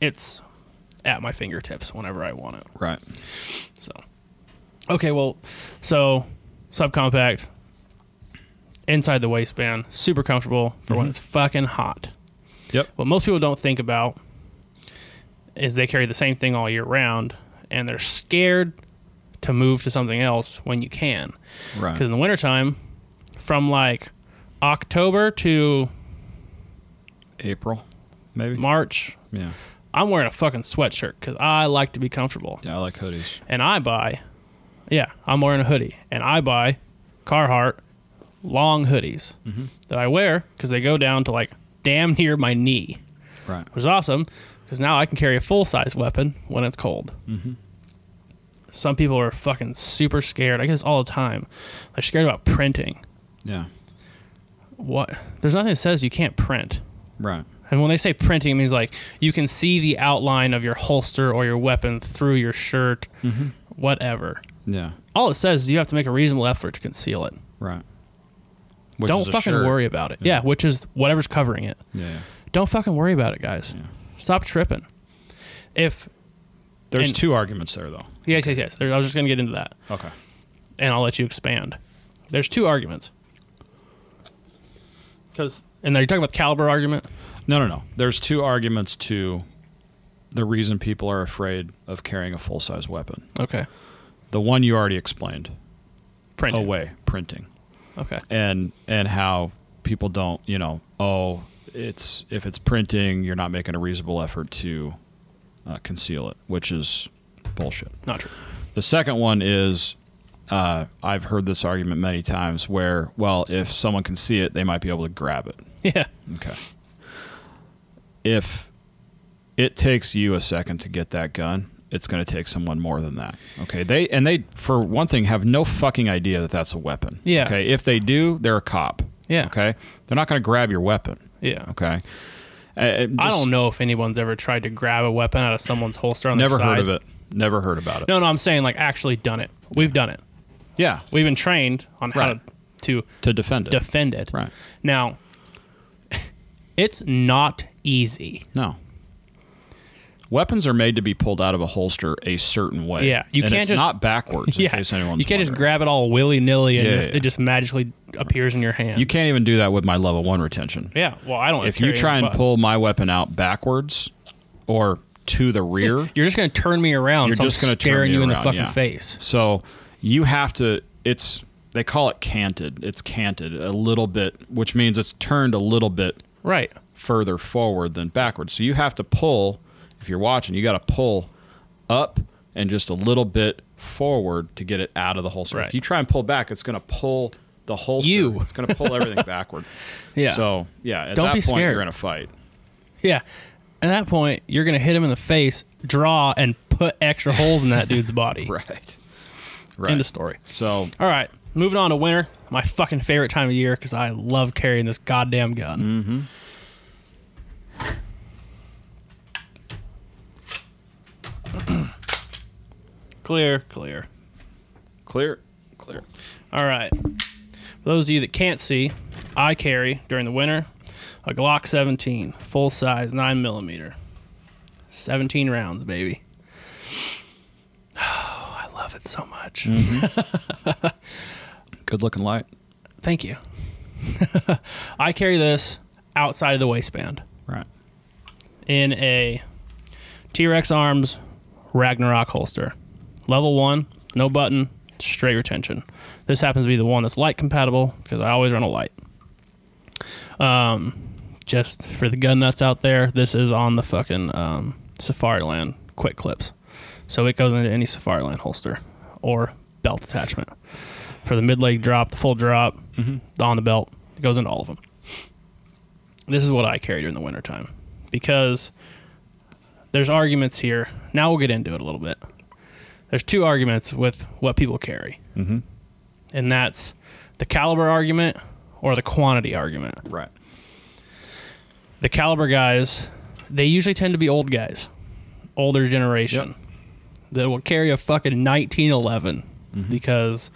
B: it's at my fingertips whenever I want it.
C: right.
B: So, okay, well, so subcompact inside the waistband, super comfortable for when it's fucking hot.
C: Mm-hmm. Yep.
B: What most people don't think about is they carry the same thing all year round, and they're scared to move to something else when you can. Because in
C: Right.
B: the wintertime, from like October to
C: April, maybe.
B: March,
C: yeah.
B: I'm wearing a fucking sweatshirt because I like to be comfortable.
C: Yeah, I like hoodies.
B: and I buy, yeah, I'm wearing a hoodie, and I buy Carhartt long hoodies that I wear because they go down to like damn near my knee,
C: Right.
B: which is awesome because now I can carry a full size weapon when it's cold. Some people are fucking super scared. I guess all the time. They're scared about printing.
C: Yeah.
B: What? There's nothing that says you can't print.
C: Right.
B: And when they say printing, it means like you can see the outline of your holster or your weapon through your shirt, whatever.
C: Yeah.
B: all it says is you have to make a reasonable effort to conceal it.
C: Right. Which
B: Don't
C: is a
B: fucking
C: shirt.
B: worry about it. Yeah. which is whatever's covering it.
C: Yeah. yeah.
B: Don't fucking worry about it, guys. Stop tripping. If
C: There's
B: And-
C: two arguments there, though.
B: yes, yes, yes. There- I was just gonna get into that,
C: Okay.
B: and I'll let you expand. There's two arguments. Because and are you talking about the caliber argument?
C: No, no, no. There's two arguments to the reason people are afraid of carrying a full size weapon.
B: Okay.
C: The one you already explained
B: Printing.
C: away, printing,
B: Okay.
C: and and how people don't, you know, oh, it's if it's printing, you're not making a reasonable effort to uh, conceal it, which is bullshit.
B: Not true.
C: The second one is uh, I've heard this argument many times where, well, if someone can see it, they might be able to grab it.
B: Yeah.
C: Okay. If it takes you a second to get that gun, it's going to take someone more than that. Okay. They and they for one thing have no fucking idea that that's a weapon.
B: Yeah.
C: Okay. If they do, they're a cop.
B: Yeah.
C: Okay. They're not going to grab your weapon.
B: Yeah.
C: Okay. Uh, it
B: I
C: just-
B: don't know if anyone's ever tried to grab a weapon out of someone's holster on
C: Never
B: their side.
C: heard of it. Never heard about it.
B: No, no, I'm saying like actually done it. We've done it.
C: Yeah.
B: We've been trained on how
C: Right.
B: to, to
C: To defend it.
B: defend it.
C: right.
B: Now, it's not easy.
C: No. Weapons are made to be pulled out of a holster a certain way.
B: Yeah, you
C: And
B: can't
C: it's
B: just-
C: not backwards. In case anyone's
B: you can't just
C: wondering.
B: grab it all willy nilly and
C: Yeah,
B: just,
C: yeah, yeah.
B: it just magically appears in your hand.
C: You can't even do that with my level one retention.
B: yeah. Well, I don't.
C: If you
B: carry
C: try
B: a
C: and
B: button.
C: pull my weapon out backwards or to the rear,
B: you're just gonna turn me around.
C: you're
B: so
C: just
B: I'm
C: going to
B: staring
C: turn
B: you in the
C: around,
B: fucking
C: yeah.
B: face.
C: So you have to. It's they call it canted. It's canted a little bit, which means it's turned a little bit
B: Right.
C: further forward than backwards. So you have to pull. If you're watching, you got to pull up and just a little bit forward to get it out of the holster.
B: Right.
C: If you try and pull back, it's going to pull the holster.
B: You.
C: It's going to pull everything backwards.
B: Yeah.
C: So yeah, at
B: Don't
C: that
B: be
C: point
B: scared.
C: you're in a fight.
B: Yeah. At that point, you're gonna hit him in the face, draw, and put extra holes in that dude's body.
C: Right. Right.
B: End of story.
C: So
B: All right, moving on to winter, my fucking favorite time of year because I love carrying this goddamn gun. Mm-hmm. clear, clear.
C: clear, clear.
B: All right. For those of you that can't see, I carry during the winter a Glock 17, full size, 9 millimeter. 17 rounds, baby. Oh, I love it so much.
C: Good looking light.
B: Thank you. I carry this outside of the waistband
C: Right.
B: in a T Rex Arms Ragnarok holster. Level one, no button, straight retention. This happens to be the one that's light compatible because I always run a light. Um, just for the gun nuts out there, this is on the fucking um, Safariland quick clips. So it goes into any Safariland holster or belt attachment. For the mid leg drop, the full drop, on the belt, it goes into all of them. This is what I carry during the wintertime because there's arguments here. Now we'll get into it a little bit. There's two arguments with what people carry, mm-hmm. and that's the caliber argument or the quantity argument.
C: Right.
B: The caliber guys, they usually tend to be old guys, older generation, that will carry a fucking 1911 because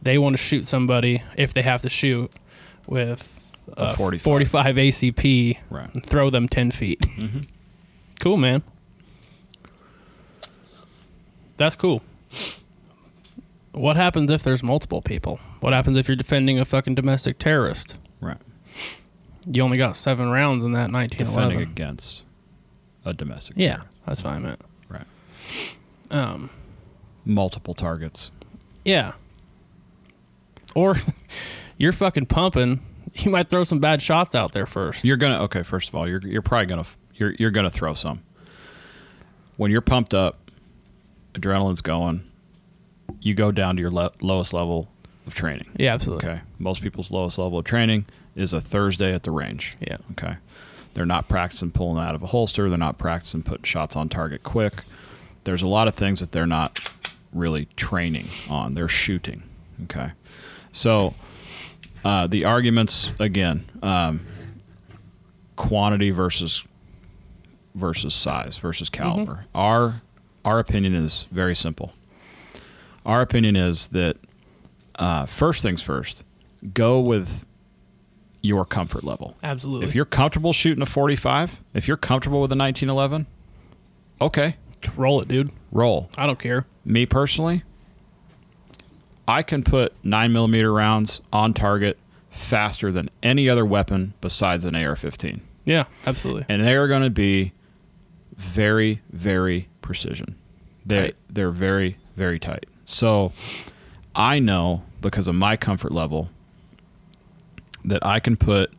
B: they want to shoot somebody if they have to shoot with
C: A
B: a
C: 45.
B: 45 ACP
C: Right. Mm-hmm.
B: and throw them 10 feet. Cool, man. That's cool. What happens if there's multiple people? What happens if you're defending a fucking domestic terrorist?
C: Right.
B: You only got seven rounds in that
C: Defending
B: 1911.
C: against a domestic.
B: Yeah,
C: terror.
B: that's what I meant.
C: Right.
B: Um,
C: Multiple targets.
B: yeah. Or you're fucking pumping. You might throw some bad shots out there first.
C: You're gonna okay. First of all, you're you're probably gonna f- you're you're gonna throw some. When you're pumped up, adrenaline's going. You go down to your le- lowest level of training.
B: yeah, absolutely.
C: Okay. Most people's lowest level of training is a Thursday at the range.
B: Yeah.
C: Okay. They're not practicing pulling out of a holster. They're not practicing putting shots on target quick. There's a lot of things that they're not really training on. They're shooting. Okay. So uh, the arguments again, um, quantity versus versus size versus caliber. Our our opinion is very simple. Our opinion is that uh, first things first, go with your comfort level.
B: Absolutely.
C: If you're comfortable shooting a 45, if you're comfortable with a 1911, okay,
B: roll it, dude.
C: roll.
B: I don't care.
C: Me personally, I can put 9 millimeter rounds on target faster than any other weapon besides an AR 15.
B: Yeah, absolutely.
C: And they are going to be very, very precision. They're,
B: Tight.
C: they're very, very tight. So I know because of my comfort level that I can put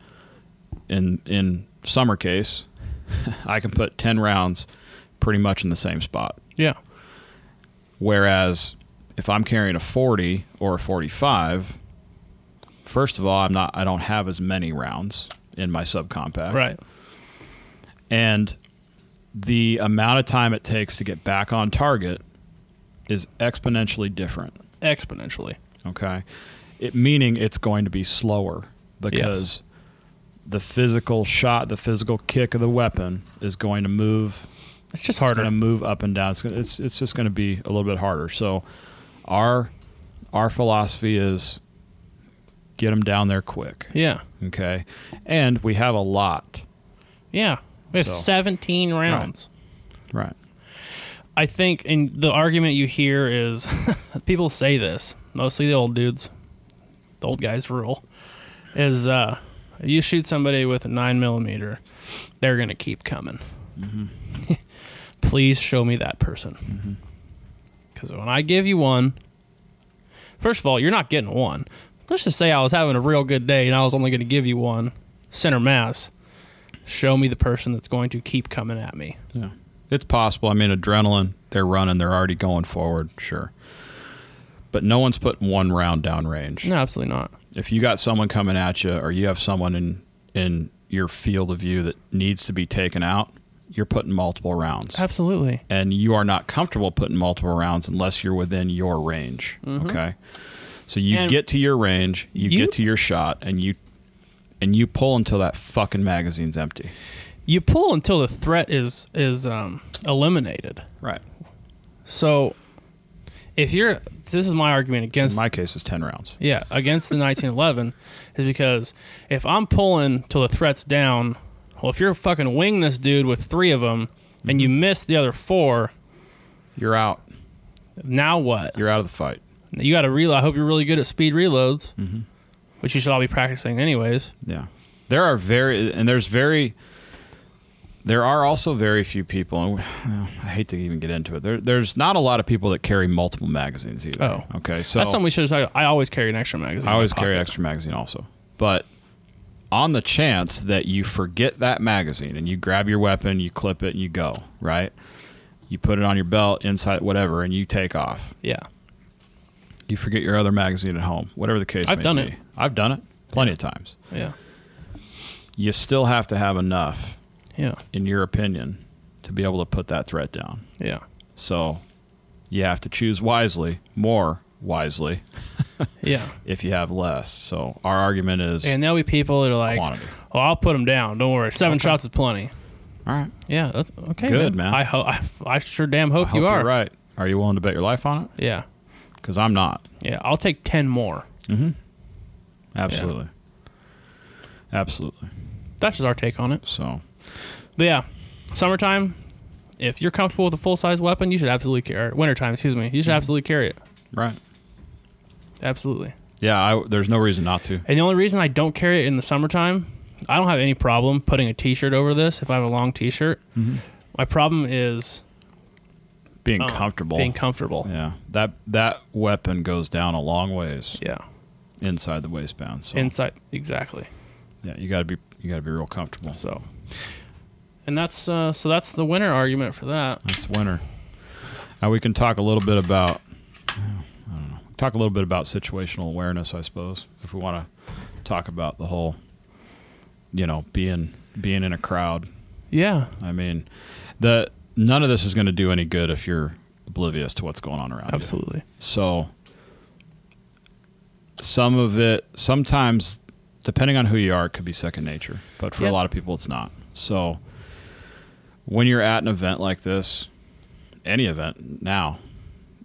C: in in summer case, I can put ten rounds pretty much in the same spot.
B: Yeah.
C: Whereas if I'm carrying a 40 or a 45, first of all, I'm not I don't have as many rounds. in my subcompact.
B: Right.
C: And the amount of time it takes to get back on target is exponentially different.
B: Exponentially.
C: Okay. It meaning it's going to be slower because the physical shot, the physical kick of the weapon is going to move
B: It's just
C: it's going
B: harder.
C: to move up and down. It's gonna, it's it's just going to be a little bit harder. So our our philosophy is get them down there quick.
B: Yeah.
C: Okay. And we have a lot.
B: Yeah. We have
C: So-
B: 17 rounds.
C: Right.
B: I think, and the argument you hear is people say this, mostly the old dudes, the old guys rule, is uh, if you shoot somebody with a 9 millimeter, they're going to keep coming. Please show me that person. Because when I give you one, first of all, you're not getting one. Let's just say I was having a real good day and I was only going to give you one center mass. Show me the person that's going to keep coming at me.
C: Yeah. It's possible. I mean, adrenaline, they're running, they're already going forward, sure. But no one's putting one round down range.
B: No, absolutely not.
C: If you got someone coming at you or you have someone in in your field of view that needs to be taken out, you're putting multiple rounds.
B: Absolutely.
C: and you are not comfortable putting multiple rounds unless you're within your range. Okay. So you
B: Mm-hmm. And-
C: get to your range, you,
B: You-
C: get to your shot, and you and you pull until that fucking magazine's empty.
B: you pull until the threat is is um, eliminated.
C: Right.
B: So if you're this is my argument
C: In
B: against
C: my case, it's ten rounds.
B: yeah against the 1911 is because if I'm pulling till the threat's down, well if you're fucking wing this dude with three of them and
C: Mm-hmm.
B: you miss the other four,
C: You're out.
B: now what?
C: You're out of the fight.
B: you got to reload. I hope you're really good at speed reloads,
C: Mm-hmm.
B: which you should all be practicing anyways.
C: Yeah. There are very and there's very there are also very few people and well, I hate to even get into it. There there's not a lot of people that carry multiple magazines either.
B: Oh.
C: Okay. So
B: That's something we should have talked about. I always carry an extra magazine.
C: I
B: in my
C: always carry
B: pocket.
C: extra magazine also. But on the chance that you forget that magazine and you grab your weapon, you clip it, and you go, right? You put it on your belt, inside whatever, and you take off.
B: Yeah.
C: You forget your other magazine at home, whatever the case
B: I've
C: may
B: done
C: be.
B: it.
C: I've done it plenty of times.
B: Yeah.
C: You still have to have enough,
B: Yeah.
C: in your opinion, to be able to put that threat down.
B: Yeah.
C: So you have to choose wisely, more wisely,
B: Yeah.
C: if you have less. So our argument is
B: And there'll be people that are like,
C: quantity.
B: "Well, Oh, I'll put them down. Don't worry. Seven shots is plenty."
C: All right.
B: Yeah, that's okay.
C: Good, man.
B: I hope. I, I sure damn hope,
C: I hope
B: you
C: you
B: are.
C: are right. Are you willing to bet your life on it?
B: Yeah,
C: Because I'm not.
B: yeah. I'll take ten more.
C: Absolutely. Absolutely.
B: That's just our take on it.
C: So,
B: But yeah, summertime. If you're comfortable with a full size weapon, you should absolutely carry. Or wintertime, excuse me. You should absolutely carry it.
C: right.
B: Absolutely.
C: Yeah, I, there's no reason not to.
B: And the only reason I don't carry it in the summertime, I don't have any problem putting a T-shirt over this if I have a long T-shirt.
C: Mm-hmm.
B: My problem is
C: Being
B: uh,
C: comfortable.
B: Being comfortable.
C: yeah. That that weapon goes down a long ways
B: Yeah.
C: inside the waistband. So,
B: Inside. Exactly.
C: yeah, you got to be you got to be real comfortable.
B: So. And that's uh, so that's the winner argument for that.
C: It's winter. Now we can talk a little bit about I don't know. Talk a little bit about situational awareness, I suppose, if we want to talk about the whole you know, being being in a crowd
B: Yeah.
C: I mean, the none of this is going to do any good if you're oblivious to what's going on around
B: Absolutely.
C: you. So some of it sometimes depending on who you are it could be second nature, but for
B: Yeah.
C: a lot of people it's not. So when you're at an event like this, any event now,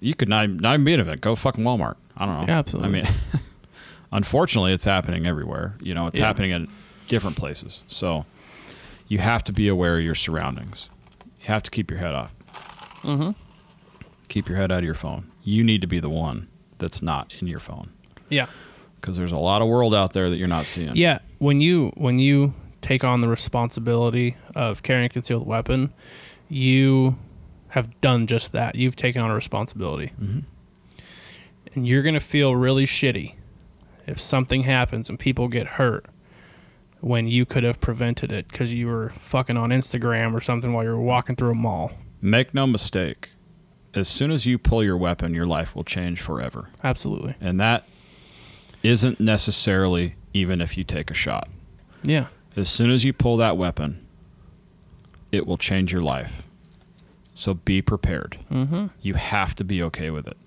C: you could not not even be an event. Go fucking Walmart. I don't know.
B: Yeah, absolutely.
C: I mean, unfortunately, it's happening everywhere. You know, it's
B: Yeah.
C: happening in different places. So you have to be aware of your surroundings. You have to keep your head off. Mm-hmm. Keep your head out of your phone. You need to be the one that's not in your phone
B: Yeah.
C: because there's a lot of world out there that you're not seeing.
B: Yeah. When you when you take on the responsibility of carrying a concealed weapon, you have done just that. You've taken on a responsibility. And you're gonna feel really shitty if something happens and people get hurt when you could have prevented it because you were fucking on Instagram or something while you were walking through a mall.
C: Make no mistake. As soon as you pull your weapon, your life will change forever.
B: Absolutely.
C: And that isn't necessarily even if you take a shot.
B: Yeah.
C: As soon as you pull that weapon, it will change your life. So be prepared.
B: Mm-hmm.
C: You have to be okay with it.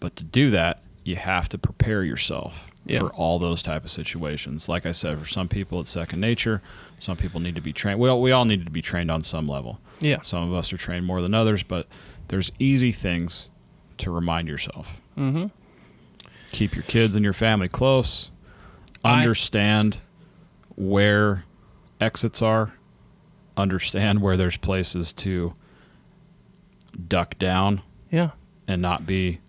C: But to do that, you have to prepare yourself
B: Yeah.
C: for all those type of situations. Like I said, for some people it's second nature. Some people need to be trained. Well, we all need to be trained on some level.
B: Yeah.
C: Some of us are trained more than others, but there's easy things to remind yourself.
B: Mm-hmm.
C: Keep your kids and your family close.
B: I-
C: Understand where exits are. Understand where there's places to duck down
B: Yeah.
C: and not be,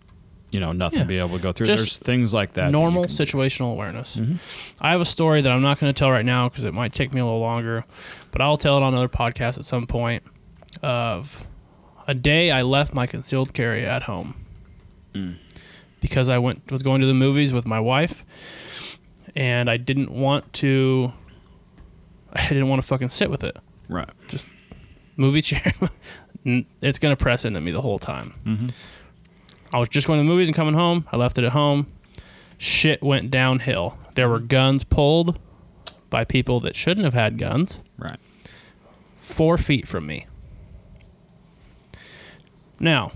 C: you know, nothing
B: Yeah.
C: be able to go through.
B: Just
C: There's things like that. that you
B: Normal
C: can-
B: situational awareness.
C: Mhm.
B: I have a story that I'm not going to tell right now because it might take me a little longer, but I'll tell it on another podcast at some point. Of a day I left my concealed carry at home
C: Mm.
B: because I went was going to the movies with my wife, and I didn't want to. I didn't want to fucking sit with it.
C: Right.
B: Movie chair. n- it's gonna press into me the whole time.
C: Mhm.
B: I was just going to the movies and coming home. I left it at home. Shit went downhill. There were guns pulled by people that shouldn't have had guns
C: Right.
B: four feet from me. Now,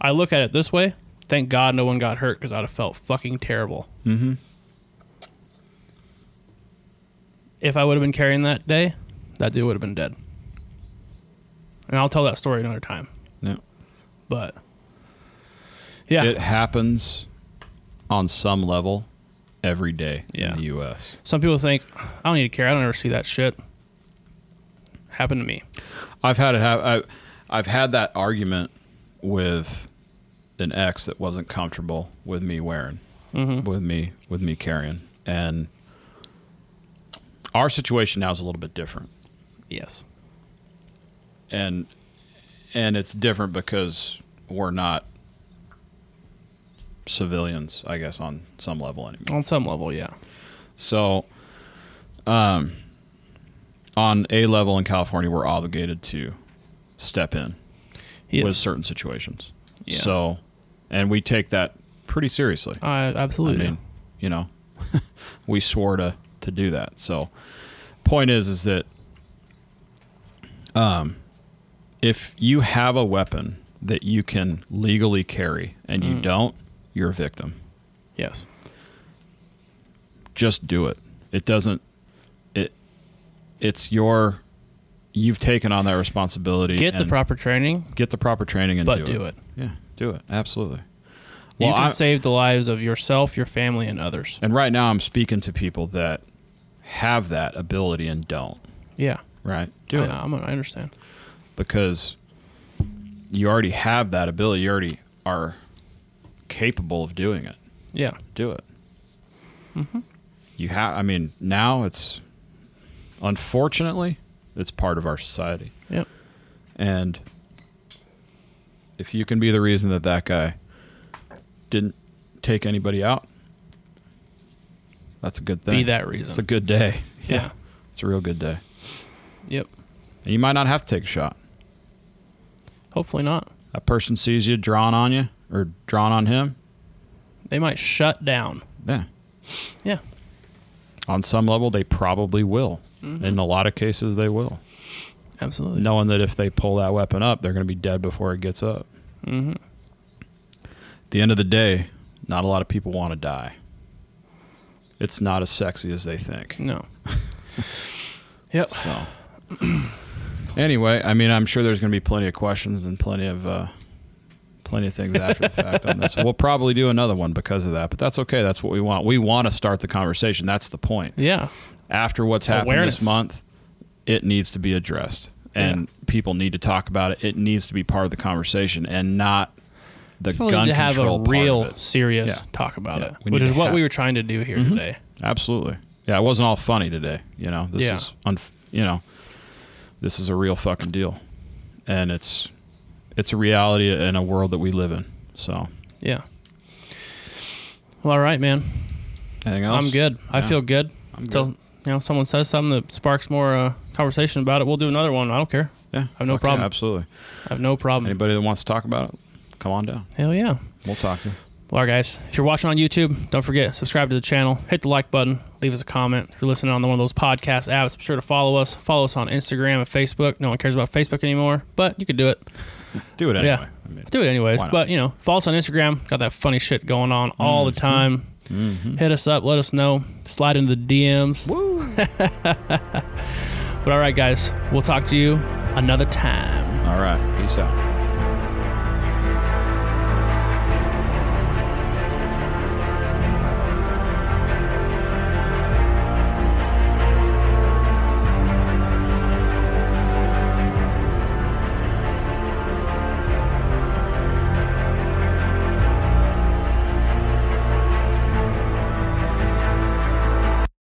B: I look at it this way. Thank God no one got hurt because I'd have felt fucking terrible.
C: Mm-hmm.
B: If I would have been carrying that day, that dude would have been dead. And I'll tell that story another time.
C: Yeah.
B: But yeah,
C: It happens on some level every day
B: Yeah.
C: in the U.S.
B: some people think I don't need to care. I don't ever see that shit happen to me.
C: I've had it. Have I, I've had that argument with an ex that wasn't comfortable with me wearing, with me with me carrying, and our situation now is a little bit different,
B: Yes.
C: and and it's different because we're not civilians, I guess, on some level anymore.
B: On some level, yeah.
C: So, um, on a level in California, we're obligated to step in
B: Yes.
C: with certain situations.
B: Yeah.
C: So, and we take that pretty seriously.
B: I
C: I
B: absolutely.
C: mean, you know, we swore to to do that. So, point is, is that um, if you have a weapon that you can legally carry and
B: Mm.
C: you don't, you're a victim
B: yes.
C: just do it. It doesn't it it's your you've taken on that responsibility.
B: Get the
C: and
B: proper training,
C: get the proper training and
B: but
C: do, it. Yeah, do it. Absolutely.
B: you
C: Well,
B: can
C: I-
B: save the lives of yourself, your family, and others.
C: And right now I'm speaking to people that have that ability and don't,
B: Yeah.
C: right? Do
B: I,
C: it.
B: I'm, I understand.
C: Because you already have that ability. You already are capable of doing it.
B: Yeah.
C: do it.
B: Mm-hmm.
C: You have. I mean, now it's unfortunately it's part of our society,
B: Yep.
C: and if you can be the reason that that guy didn't take anybody out, that's a good thing.
B: Be that reason.
C: It's a good day.
B: Yeah.
C: it's a real good day.
B: Yep.
C: And you might not have to take a shot.
B: Hopefully not.
C: That person sees you drawn on you or drawn on him.
B: They might shut down.
C: Yeah.
B: Yeah.
C: On some level, they probably will.
B: Mm-hmm.
C: In a lot of cases, they will.
B: Absolutely.
C: knowing that if they pull that weapon up, they're going to be dead before it gets up.
B: Mm-hmm.
C: At the end of the day, not a lot of people want to die. It's not as sexy as they think.
B: No. yep.
C: So, anyway, I mean, I'm sure there's going to be plenty of questions and plenty of uh, plenty of things after the fact on this. We'll probably do another one because of that, but that's okay. That's what we want. We want to start the conversation. That's the point.
B: Yeah.
C: after what's happened
B: Awareness.
C: this month, it needs to be addressed, and people need to talk about it. It needs to be part of the conversation, and not the
B: People
C: gun
B: need to have a
C: control
B: real
C: part of it.
B: serious
C: Yeah.
B: talk about
C: Yeah.
B: it,
C: We
B: which
C: need
B: is
C: to
B: what
C: ha- Mm-hmm.
B: we were trying to do here today.
C: Absolutely, yeah. It wasn't all funny today. You know, this
B: Yeah.
C: is un- you know, this is a real fucking deal, and it's it's a reality in a world that we live in. So,
B: Yeah. Well, all right, man.
C: anything else?
B: I'm good. I
C: Yeah.
B: feel good.
C: I'm
B: Until
C: good.
B: you know someone says something that sparks more uh, conversation about it, we'll do another one. I don't care.
C: Yeah,
B: have no
C: Fuck yeah,
B: problem.
C: absolutely.
B: I have no problem.
C: Anybody that wants to talk about it, come on down.
B: Hell yeah.
C: We'll talk to you.
B: Well, all right, guys, if you're watching on YouTube, don't forget subscribe to the channel, hit the like button, leave us a comment. If you're listening on one of those podcast apps, be sure to follow us. Follow us on Instagram and Facebook. No one cares about Facebook anymore, but you could do it.
C: Do it anyway.
B: Yeah.
C: I mean,
B: Do it anyways.
C: Why not?
B: But you know, follow us on Instagram. Got that funny shit going on all
C: Mm-hmm.
B: the time. Hit us up. Let us know. Slide into the DMs. Woo. but all right, guys, we'll talk to you another time.
C: all right. Peace out.